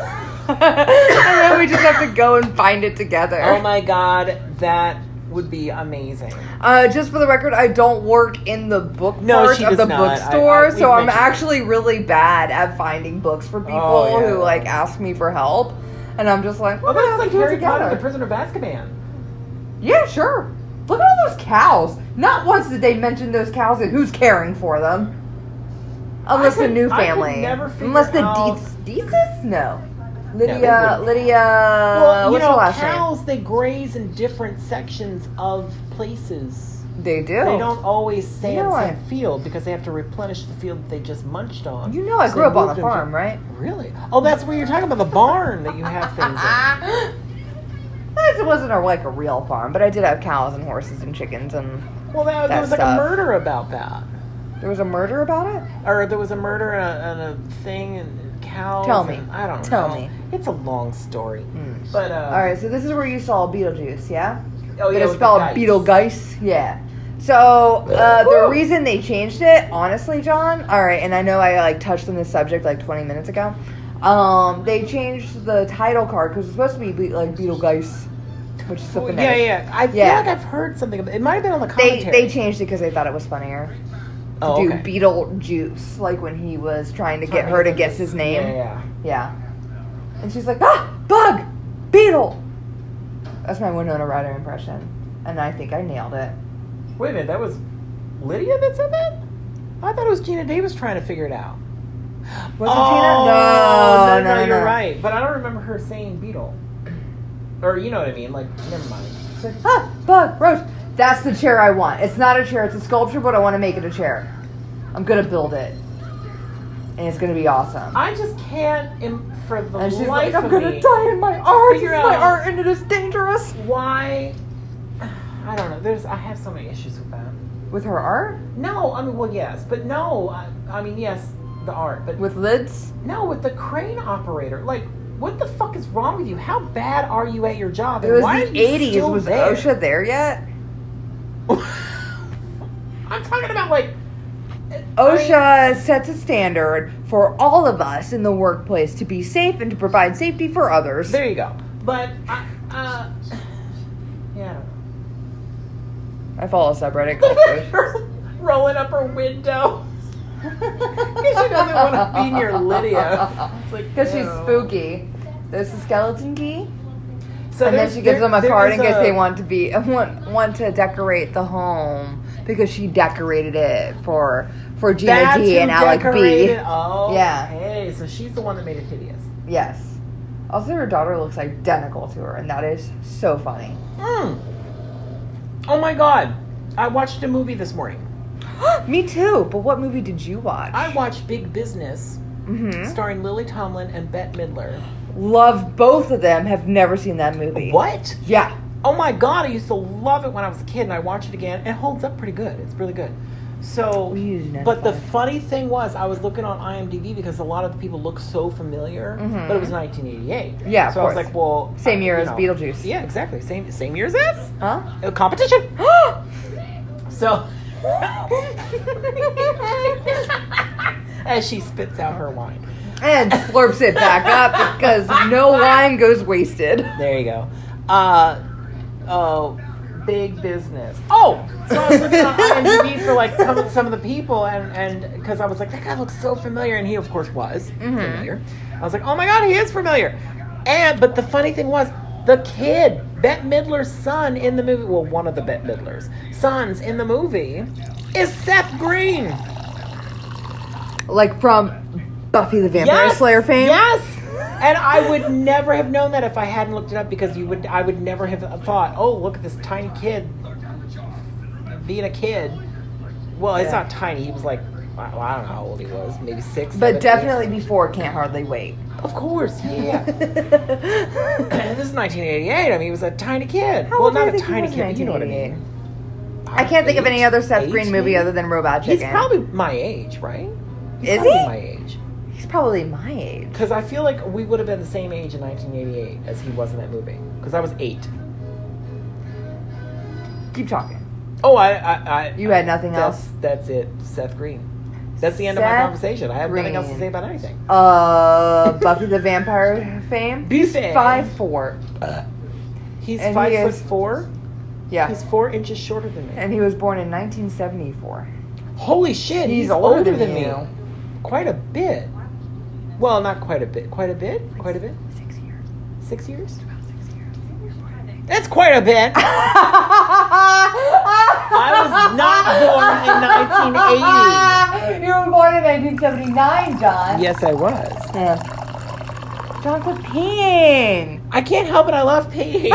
B: and then we just have to go and find it together.
C: Oh my god, that would be amazing.
B: Uh, just for the record, I don't work in the book
C: No,
B: part
C: she
B: of
C: does
B: the
C: not. I-
B: bookstore,
C: I- we've
B: so I'm
C: mentioned-
B: actually really bad at finding books for people
C: Oh, yeah.
B: who like ask me for help, and I'm just like,
C: Well,
B: "We're gonna
C: that's like
B: do it
C: Harry Potter, and
B: together."
C: the
B: Uh,
C: Prisoner of Azkaban.
B: Yeah, sure. Look at all those cows. Not once did they mention those cows and who's caring for them. Unless
C: could-
B: the new
C: I could
B: family.
C: never figure
B: Unless the
C: out-
B: Dietz, Dietzes? No. Lydia,
C: wouldn't.
B: Lydia,
C: well, you
B: what's
C: know,
B: her last name?
C: cows they graze in different sections of places.
B: They do.
C: They don't always stay
B: You know I-
C: on the same field because they have to replenish the field that they just munched on.
B: You know, I
C: So
B: grew
C: they
B: up on
C: moved
B: a
C: them to-
B: farm, right?
C: Really? Oh, that's where you're talking about the barn that you have things in.
B: It wasn't a, like a real farm, but I did have cows and horses and chickens, and
C: Well, that, there
B: That
C: was like
B: stuff.
C: a murder about that,
B: there was a murder about it.
C: or there was a murder and a, and a thing and cows.
B: Tell me.
C: and- I don't
B: Tell
C: know.
B: me. Hmm.
C: It's a long story, but uh,
B: All right, so this is where you saw Beetlejuice, yeah?
C: Oh,
B: but
C: yeah,
B: it's
C: with the
B: spelled
C: dice.
B: Beetlegeist, yeah. So uh, the
C: Woo!
B: reason they changed it, honestly, John. All right, and I know I like touched on this subject like 20 minutes ago. Um, they changed the title card because it's supposed to be, be like Beetlegeist, which is
C: Well,
B: something.
C: Oh, yeah, yeah. I feel
B: Yeah.
C: like I've heard something. About, it might have been on the
B: They
C: commentary.
B: they changed it because they thought it was funnier.
C: oh,
B: to
C: okay.
B: do Beetlejuice, like when he was trying to get
C: Sorry,
B: her to
C: I
B: guess
C: just-
B: his name.
C: Yeah, yeah.
B: Yeah. And she's like, ah, bug, beetle. That's my Winona Ryder impression. And I think I nailed it.
C: Wait a minute, that was Lydia that said that? I thought it was Gina Davis trying to figure it out.
B: Was it
C: Oh,
B: Gina? No, no, no,
C: you're
B: no.
C: right. But I don't remember her saying beetle. Or you know what I mean? Like, never mind.
B: She's like, ah, bug, roach. That's the chair I want. It's not a chair, it's a sculpture, but I want to make it a chair. I'm going to build it. And it's going to be awesome.
C: I just can't, Im- for the
B: and she's like,
C: life
B: I'm
C: of
B: going to
C: me,
B: die in my art. It's
C: figure
B: my
C: out-
B: art, and it is dangerous.
C: why? I don't know. There's, I have so many issues with that.
B: With her art?
C: No, I mean, well, yes, but no. I, I mean, yes, the art, but
B: With lids?
C: no, with the crane operator. Like, what the fuck is wrong with you? How bad are you at your job?
B: It
C: And
B: was
C: why are
B: the
C: you
B: 80s.
C: still
B: Was
C: there?
B: OSHA there yet?
C: I'm talking about like
B: OSHA sets a standard for all of us in the workplace to be safe and to provide safety for
C: I-
B: others.
C: there you go. But I, uh, yeah.
B: I follow subreddit
C: Look
B: called
C: at
B: Fish.
C: her rolling up her window because she doesn't want to be near Lydia. It's like,
B: Because she's
C: ew.
B: spooky. There's the skeleton key.
C: So
B: and then
C: there's-
B: she gives
C: there-
B: them a
C: there
B: card
C: is
B: in case
C: a-
B: they want to be want want to decorate the home because she decorated it for for Gina
C: That's
B: D
C: who
B: and Alec
C: decorated-
B: B.
C: Oh,
B: Yeah.
C: Okay, so she's the one that made it hideous.
B: Yes. Also, her daughter looks identical to her, and that is so funny. Hmm.
C: Mm. Oh my god! I watched a movie this morning.
B: Me too. But what movie did you watch?
C: I watched Big Business,
B: hmm
C: starring Lily Tomlin and Bette Midler.
B: Love both of them. Have never seen that movie.
C: What?
B: Yeah.
C: Oh my god, I used to love it when I was a kid and I watch it again. It holds up pretty good. It's really good. So,
B: We use Netflix.
C: but the funny thing was, I was looking on IMDb because a lot of the people look so familiar,
B: Mhm.
C: but it was 1988.
B: Yeah, of
C: So I was
B: course.
C: like, well,
B: Same
C: I-
B: year
C: you
B: as Beetlejuice.
C: Yeah, exactly. Same same year as this.
B: Huh?
C: A competition. So, as she spits out her wine.
B: and slurps it back up because no wine goes wasted.
C: There you go. Uh, oh, big business. Oh, so I was looking on IMDb for like some, some of the people, and and because I was like, that guy looks so familiar, and he of course was familiar. I was like, oh my god, he is familiar. And but the funny thing was, the kid, Bette Midler's son in the movie, well, one of the Bette Midler's sons in the movie, is Seth Green.
B: Like from Buffy the Vampire
C: Yes!
B: Slayer fame.
C: Yes. And I would never have known that if I hadn't looked it up because you would I would never have thought, oh look at this tiny kid being a kid. Well, it's
B: Yeah.
C: not tiny. He was like I well, I don't know how old he was, maybe six. seven,
B: But
C: eight.
B: definitely before Can't Hardly Wait.
C: of course, yeah.
B: I
C: this is 1988. I mean, he was a tiny kid.
B: How
C: well,
B: old do you
C: not a
B: think he
C: tiny
B: was
C: kid.
B: in
C: but You know what I mean?
B: 1988? can't think of any other Seth Green movie other than Robot
C: He's
B: Chicken.
C: probably my age, right? He's
B: Is
C: probably
B: he?
C: my age?
B: He's probably my age.
C: Because I feel like we would have been the same age in 1988 as he was in that movie. Because I was eight.
B: Keep talking.
C: Oh, I, I, I
B: You had nothing
C: that's,
B: else.
C: that's it. Seth Green. That's the end of my
B: Seth
C: conversation. I have nothing else to
B: Green.
C: say about anything.
B: Uh, Buffy the Vampire fame.
C: Buffet.
B: Five four.
C: He's
B: and
C: five
B: he
C: foot
B: is-
C: four.
B: Yeah.
C: He's four inches shorter than me.
B: and he was born in 1974.
C: Holy shit!
B: He's
C: He's,
B: older
C: older,
B: than
C: than,
B: you.
C: me. Quite a bit. Well, not quite a bit. Quite a bit. Quite a bit.
A: Six years.
C: Six years.
A: About six years.
C: That's quite a bit.
B: I
C: was not born in 1980.
B: You were born in 1979, John.
C: yes, I was.
B: Yeah. John Pepin.
C: I can't help it. I love pee.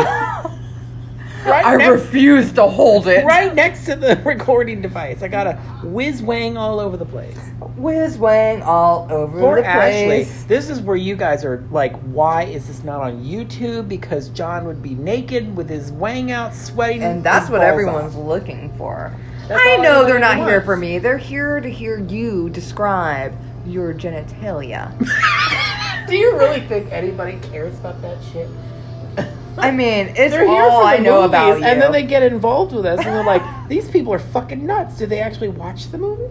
C: Right
B: I
C: next-
B: refuse to hold it.
C: right next to the recording device. I got a whiz wang all over the place.
B: Whiz wang all over
C: Poor
B: the
C: Ashley.
B: place.
C: This is where you guys are like, why is this not on YouTube? Because John would be naked with his wang out, sweating,
B: And that's
C: his
B: what
C: balls
B: everyone's
C: off.
B: looking for.
C: That's
B: I
C: all
B: know they're
C: everybody
B: not here
C: wants.
B: for me. They're here to hear you describe your genitalia.
C: Do you really think anybody cares about that shit?
B: I mean, it's
C: They're here
B: all
C: for the
B: I know
C: movies,
B: about you.
C: and then they get involved with us, and they're like, "These people are fucking nuts. Do they actually watch the movies?"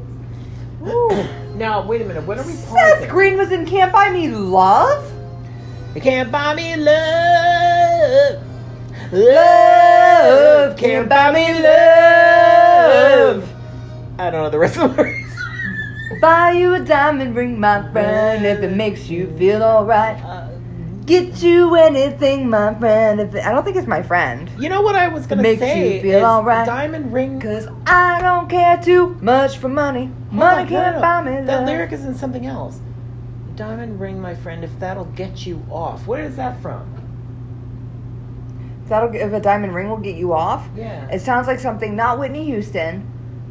C: now, wait a minute. What are we
B: Seth Green was in Can't Buy Me Love?
C: They can't buy me love. Love can't buy me love. I don't know the rest of the words.
B: Buy you a diamond ring, my friend, if it makes you feel alright.
C: Uh,
B: Get you anything, my friend. If it, I don't think it's my friend.
C: You know what I was gonna
B: Makes
C: say?
B: you feel
C: is
B: alright.
C: Diamond ring.
B: Cause I don't care too much for money. Money
C: Oh,
B: can't
C: no.
B: buy me love.
C: That lyric is in something else. Diamond ring, my friend, if that'll get you off. Where is that from?
B: That'll if a diamond ring will get you off.
C: Yeah.
B: It sounds like something not Whitney Houston,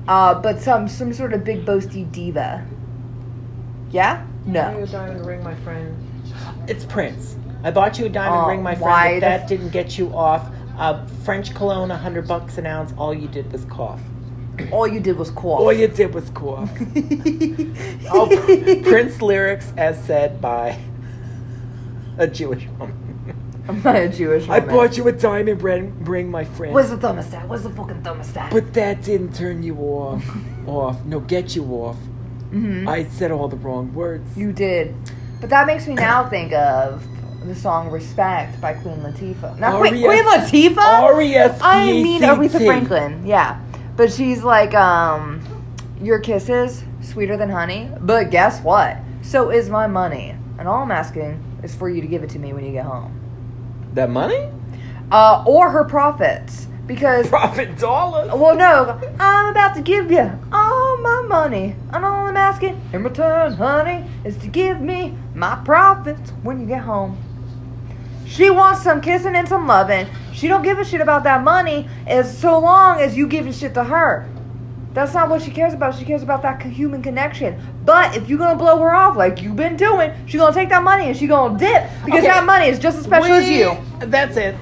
B: uh, but some some sort of big boasty diva. Yeah?
C: Buy you
B: No.
C: a diamond ring, my friend. It's Prince. I bought you a diamond
B: Oh,
C: ring, my
B: why
C: friend. If
B: the
C: that
B: f-
C: didn't get you off, uh, French cologne, a hundred bucks an ounce. All you did was cough.
B: All you did was cough.
C: All you did was cough. All Pr- Prince lyrics, as said by a Jewish woman.
B: I'm not a Jewish
C: I
B: woman.
C: bought you a diamond ring, ring my friend.
B: Where's the thermostat? Where's the fucking thermostat?
C: But that didn't turn you off. off. No, get you off.
B: Mhm.
C: I said all the wrong words.
B: You did. But that makes me now think of the song Respect by Queen Latifah. Not Queen,
C: R.E.S.
B: Queen Latifah?
C: R.E.S.
B: I mean Aretha
C: P.A.C.T..
B: Franklin, yeah. But she's like, um, your kisses, sweeter than honey. But guess what? So is my money. And all I'm asking is for you to give it to me when you get home.
C: That money?
B: Uh, or her profits. Because
C: Profit dollars.
B: well, no, I'm about to give you all my money, and all I'm asking in return, honey, is to give me my profits when you get home. She wants some kissing and some loving. She don't give a shit about that money as so long as you giving shit to her. That's not what she cares about. She cares about that co- human connection. But if you're gonna blow her off like you've been doing, she gonna take that money and she gonna dip because
C: Okay.
B: that money is just as special as
C: We-
B: you.
C: That's it.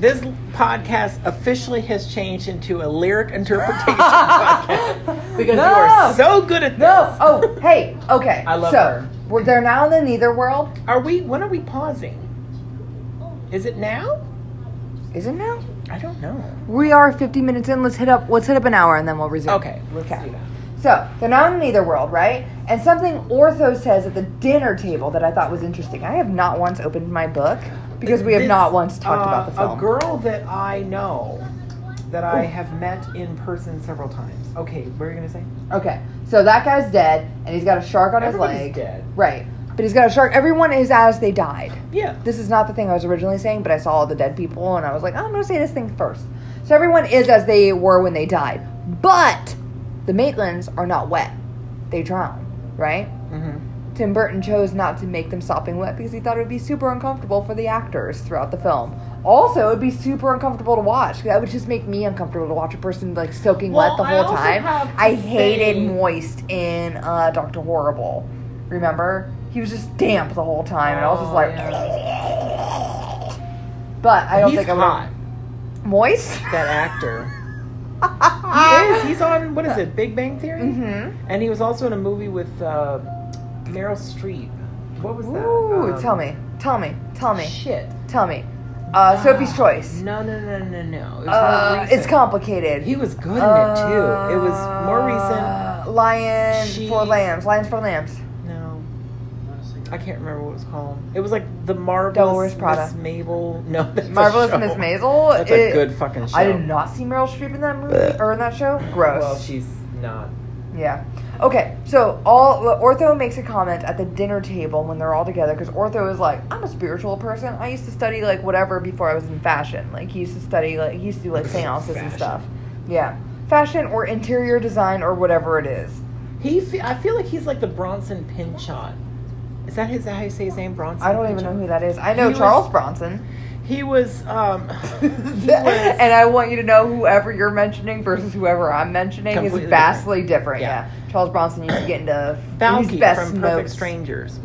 C: This podcast officially has changed into a lyric interpretation podcast because you
B: No.
C: are so good at this.
B: No. Oh, hey. Okay.
C: I love
B: so,
C: her.
B: We're, they're now in the neither world.
C: Are we? When are we pausing? Is it now?
B: Is it now?
C: I don't know.
B: We are 50 minutes in. Let's hit up. Let's hit up an hour and then we'll resume.
C: Okay, let's
B: Okay.
C: do that.
B: So they're now in neither world, right? And something Ortho says at the dinner table that I thought was interesting. I have not once opened my book because we have
C: This,
B: not once talked
C: uh,
B: about the film.
C: A girl that I know that I have met in person several times. Okay, what are you gonna say?
B: Okay. So that guy's dead and he's got a shark on
C: Everybody's
B: his leg.
C: dead.
B: Right. But he's got a shark. Everyone is as they died.
C: Yeah.
B: this is not the thing I was originally saying, but I saw all the dead people and I was like, "Oh, I'm gonna say this thing first. So everyone is as they were when they died, but the Maitlands are not wet; they drown, right?
C: Mm-hmm.
B: Tim Burton chose not to make them sopping wet because he thought it would be super uncomfortable for the actors throughout the film. Also, it would be super uncomfortable to watch. That would just make me uncomfortable to watch a person like soaking
C: Well,
B: wet the
C: I
B: whole
C: also
B: time.
C: have to
B: I hated
C: say-
B: moist in uh, Doctor Horrible. Remember, he was just damp the whole time, and I was just
C: Oh,
B: like. But I don't
C: He's
B: think I would.
C: hot.
B: Moist.
C: That actor. he is. He's on what is it? Big Bang Theory.
B: Ah! Mm-hmm.
C: And he was also in a movie with uh, Meryl Streep. What was that?
B: Ooh,
C: Um,
B: tell me, tell me, tell me,
C: Shit.
B: tell me. Uh, Sophie's Choice.
C: Ah, No, no, no, no, no. It was more
B: Uh, it's
C: recent.
B: complicated.
C: He was good in it too. It was more recent.
B: Uh, Lion
C: She-
B: for Lambs. Lions for Lambs.
C: No. I can't remember what it was called. It was like the marvelous
B: Where's Prada?
C: Miss Mabel. No, that's a
B: Marvelous
C: show.
B: Miss Maisel.
C: That's a
B: It-
C: good fucking show.
B: I did not see Meryl Streep in that movie or in that show. Gross.
C: Well, she's not.
B: Yeah. Okay. So all Ortho makes a comment at the dinner table when they're all together because Ortho is like, I'm a spiritual person. I used to study like whatever before I was in fashion. Like he used to study like he used to do like seances and
C: Fashion.
B: stuff. Yeah, fashion or interior design or whatever it is.
C: He. Fe- I feel like he's like the Bronson Pinchot. Is that his? How you say his name? Bronson.
B: I don't even
C: Pinchot?
B: know who that is. I know
C: He was-
B: Charles Bronson.
C: He was. Um, he was-
B: and I want you to know whoever you're mentioning versus whoever I'm mentioning
C: Completely
B: is
C: different.
B: vastly different.
C: Yeah.
B: Yeah. Charles Bronson used to get into his
C: Balky
B: best
C: from Perfect
B: notes.
C: Strangers.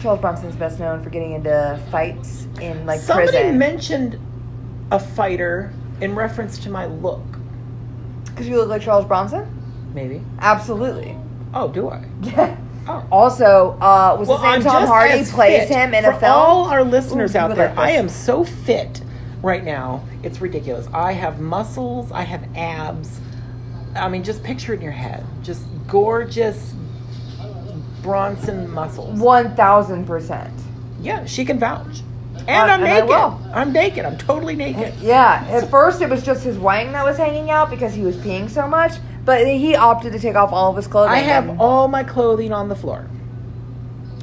B: Charles Bronson's best known for getting into fights in like
C: Somebody
B: prison.
C: mentioned a fighter in reference to my look.
B: Because you look like Charles Bronson?
C: Maybe.
B: Absolutely.
C: Oh, do I? Oh.
B: also, uh, was
C: Well,
B: his name
C: I'm
B: Tom
C: just
B: Hardy
C: as
B: plays
C: fit.
B: him in
C: For
B: a film?
C: all our listeners
B: Ooh,
C: out
B: people
C: there,
B: like
C: I
B: this.
C: am so fit right now. It's ridiculous. I have muscles. I have abs. I mean, just picture it in your head. Just gorgeous Bronson muscles.
B: One thousand percent.
C: Yeah, she can vouch. And
B: Uh,
C: I'm
B: and I
C: naked.
B: will.
C: I'm naked. I'm totally naked.
B: Yeah. At first, it was just his wang that was hanging out because he was peeing so much. But he opted to take off all of his clothing.
C: I have
B: and-
C: all my clothing on the floor.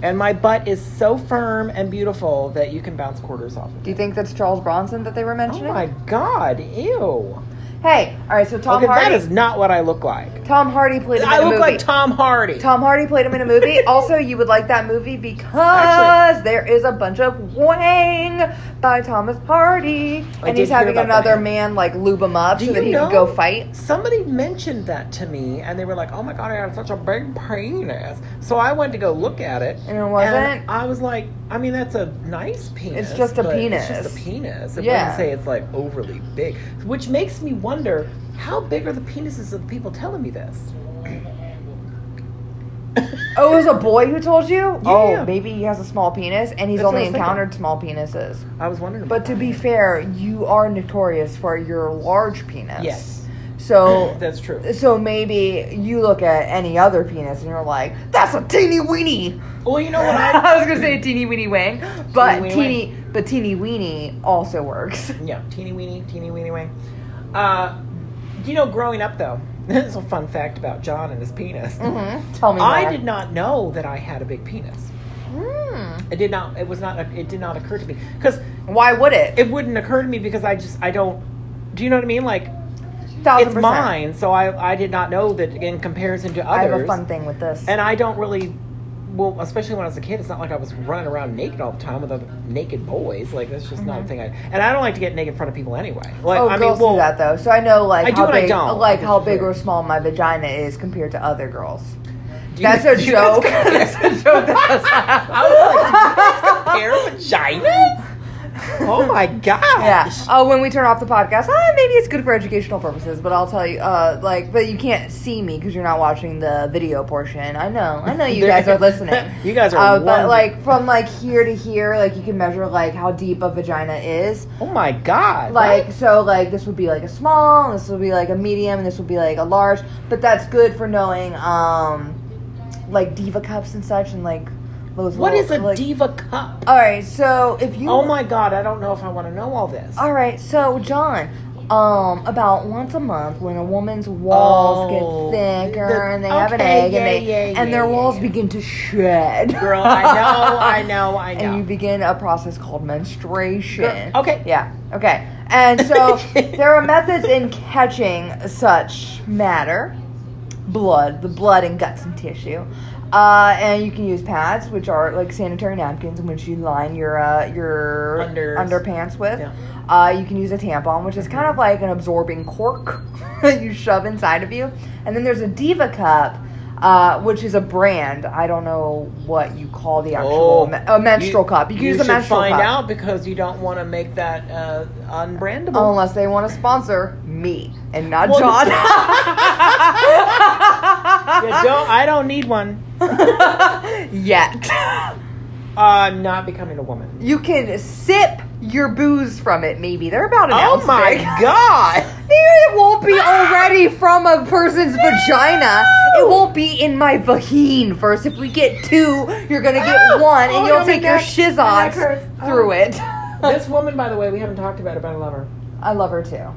C: And my butt is so firm and beautiful that you can bounce quarters off of
B: Do
C: it.
B: you think that's Charles Bronson that they were
C: Oh
B: mentioning?
C: my god, ew.
B: Hey, all right. So Tom
C: okay,
B: Hardy.
C: that is not what I look like.
B: Tom Hardy played him
C: I
B: in a
C: look
B: movie.
C: like Tom Hardy.
B: Tom Hardy played him in a movie. also, you would like that movie because there is a bunch of wang by Thomas Hardy,
C: I
B: and
C: did
B: he's
C: hear
B: having
C: about that,
B: another
C: yeah.
B: man like lube him up
C: Do
B: so that
C: you
B: he
C: know-
B: can go fight.
C: Somebody mentioned that to me, and they were like, "Oh my god, I have such a big penis." So I went to go look at it,
B: And it wasn't?
C: and I was like, "I mean, that's a nice penis.
B: It's just a
C: but
B: penis.
C: It's just a penis. It
B: Yeah.
C: wouldn't say it's like overly big, which makes me wonder how big are the penises of the people telling me this."
B: Oh, it was a boy who told you?
C: Yeah.
B: Oh, maybe he has a small penis and he's
C: That's what I
B: only
C: was thinking.
B: encountered small penises.
C: I was wondering.
B: But to be fair, you are notorious for your large penis.
C: Yes.
B: So
C: that's true.
B: so maybe you look at any other penis and you're like, that's a teeny weeny.
C: Well, you know what I
B: I was gonna say teeny weeny wang, but
C: Teeny
B: teeny,
C: weeny
B: but teeny weeny also works.
C: Yeah, teeny weeny, teeny weeny wing. Uh, you know, growing up though, this is a fun fact about John and his penis.
B: hmm Tell me.
C: Mm-hmm. I
B: more.
C: did not know that I had a big penis.
B: Hmm.
C: It did not. It was not. It did not occur to me because
B: Why would it?
C: it wouldn't occur to me because I just I don't. Do you know what I mean? Like
B: Thousand
C: it's
B: percent.
C: mine, so I I did not know that in comparison to
B: I
C: others.
B: have a fun thing with this.
C: And I don't really. Well, especially when I was a kid, it's not like I was running around naked all the time with other naked boys. Like that's just not a thing. I and I don't like to get naked in front of people anyway. Like
B: Mm-hmm. oh,
C: I
B: girls
C: mean, well,
B: do that though, so I know like
C: I do
B: how
C: and I
B: big,
C: don't.
B: like
C: It's
B: how big
C: weird.
B: or small my vagina is compared to other girls.
C: Do you-
B: That's a
C: do you
B: joke.
C: guys
B: That's
C: compare-
B: a joke. That
C: I was like, do you guys compare vaginas? Oh my gosh.
B: yeah. Oh, when we turn off the podcast, ah, maybe it's good for educational purposes. But I'll tell you, uh, like, but you can't see me because you're not watching the video portion. I know, I know you
C: There-
B: guys are listening.
C: You guys are
B: Uh, but
C: wonderful.
B: like from like here to here, like you can measure like how deep a vagina is.
C: Oh my god.
B: Like
C: what?
B: so, like this would be like a small, and this would be like a medium, and this would be like a large. But that's good for knowing, um, like diva cups and such, and like those.
C: what
B: little,
C: is a
B: like-
C: diva cup?
B: All right, so if you.
C: Oh my god, I don't know if I want to know all this.
B: All right, so John, um, about once a month when a woman's walls get
C: Oh,
B: thicker
C: the-
B: and they have an
C: okay,
B: egg and they
C: yeah, yeah,
B: and
C: yeah,
B: their
C: yeah,
B: walls
C: yeah.
B: begin to shed.
C: Girl, I know, I know, I know.
B: and you begin a process called menstruation.
C: Girl, okay.
B: Yeah. Okay. And so there are methods in catching such matter, blood, the blood and guts and tissue. Uh, and you can use pads, which are like sanitary napkins, in which you line your uh, your
C: Unders.
B: underpants with.
C: Yeah. Mm-hmm.
B: Uh, you can use a tampon, which is kind of like an absorbing cork that you shove inside of you. And then there's a Diva cup, uh, which is a brand. I don't know what you call the actual me- a menstrual cup. You can use a
C: Oh, should
B: menstrual
C: find
B: cup.
C: out because you don't want to make that uh, unbrandable.
B: Unless they want to sponsor me and not
C: Well,
B: John.
C: Yeah, don't, I don't need one.
B: Yet.
C: I'm not becoming a woman.
B: You can sip your booze from it, maybe. They're about an ounce
C: oh my
B: big.
C: god.
B: Maybe it won't be already from a person's vagina. It won't be in my vagine first. If we get two, you're gonna get
C: Oh!
B: one, and
C: Oh,
B: you'll
C: my
B: take your
C: neck. My neck
B: shizox
C: hurts.
B: through
C: Oh.
B: it.
C: this woman, by the way, we haven't talked about it, but I love her.
B: I love her too.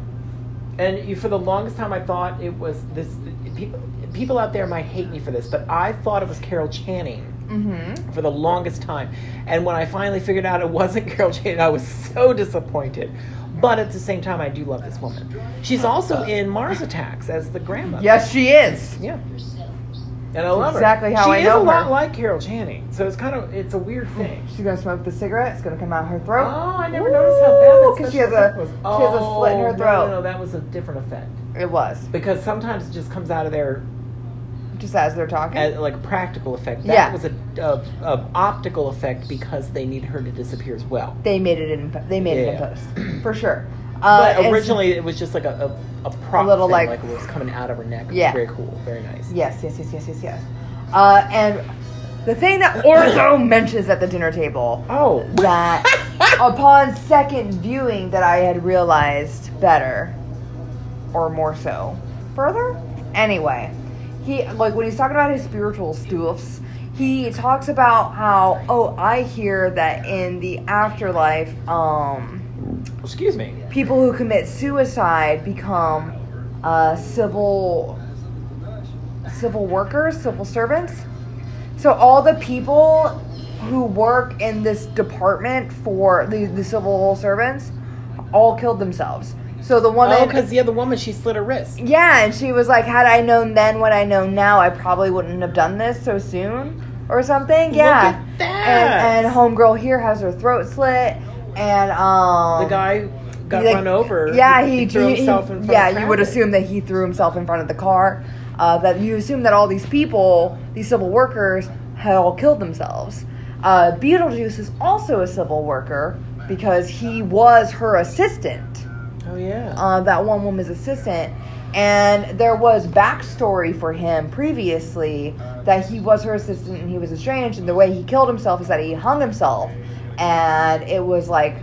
C: And you, for the longest time, I thought it was this. People, people out there might hate me for this, but I thought it was Carol Channing
B: Mm-hmm.
C: for the longest time. And when I finally figured out it wasn't Carol Channing, I was so disappointed. But at the same time, I do love this
B: Uh,
C: woman. She's also in Mars Attacks as the grandmother.
B: Yes, she is.
C: Yeah. and I love
B: exactly
C: her.
B: how
C: she
B: I
C: is
B: know
C: a lot
B: her. Mm.
C: like Carol Channing, so it's kind of it's a weird thing.
B: She's gonna smoke the cigarette. It's gonna come out her
C: Oh,
B: throat.
C: I never noticed how bad that
B: because she has
C: special
B: a
C: effect was.
B: she has a slit in
C: Oh,
B: her
C: no,
B: throat.
C: No, no, that was a different effect
B: It was
C: because sometimes it just comes out of there
B: just as they're talking.
C: as, like a practical effect. That
B: Yeah.
C: was a, a, a optical effect because they need her to disappear as well.
B: they made it in. They made it in
C: Yeah.
B: post for sure. Uh,
C: But
B: it's-
C: originally it was just like a a, a prop
B: little,
C: thing,
B: like-
C: like, it was coming out of her neck. It was
B: Yeah.
C: very cool, very nice.
B: Yes, yes, yes, yes, yes, yes. Uh, and the thing that Orzo mentions at the dinner table
C: Oh,
B: that upon second viewing that I had realized better or more so further anyway he like when he's talking about his spiritual stuffs he talks about how oh I hear that in the afterlife um
C: excuse me.
B: people who commit suicide become uh, civil civil workers, civil servants. So all the people who work in this department for the, the civil servants all killed themselves. So the woman
C: Oh, because the other woman she slit her wrist.
B: yeah, and she was like, "Had I known then what I know now, I probably wouldn't have done this so soon, or something." Yeah,
C: at that.
B: And, and homegirl here has her throat slit, and um,
C: The guy got
B: like-
C: run over.
B: Yeah, he,
C: threw
B: he-
C: himself in front.
B: Yeah,
C: of
B: you would
C: traffic.
B: assume that he threw himself in front of the car. Uh, that you assume that all these people, these civil workers, had all killed themselves. Uh, Beetlejuice is also a civil worker because he was her assistant
C: Oh yeah.
B: uh, that one woman's assistant, and there was backstory for him previously that he was her assistant and he was estranged, and the way he killed himself is that he hung himself, and it was like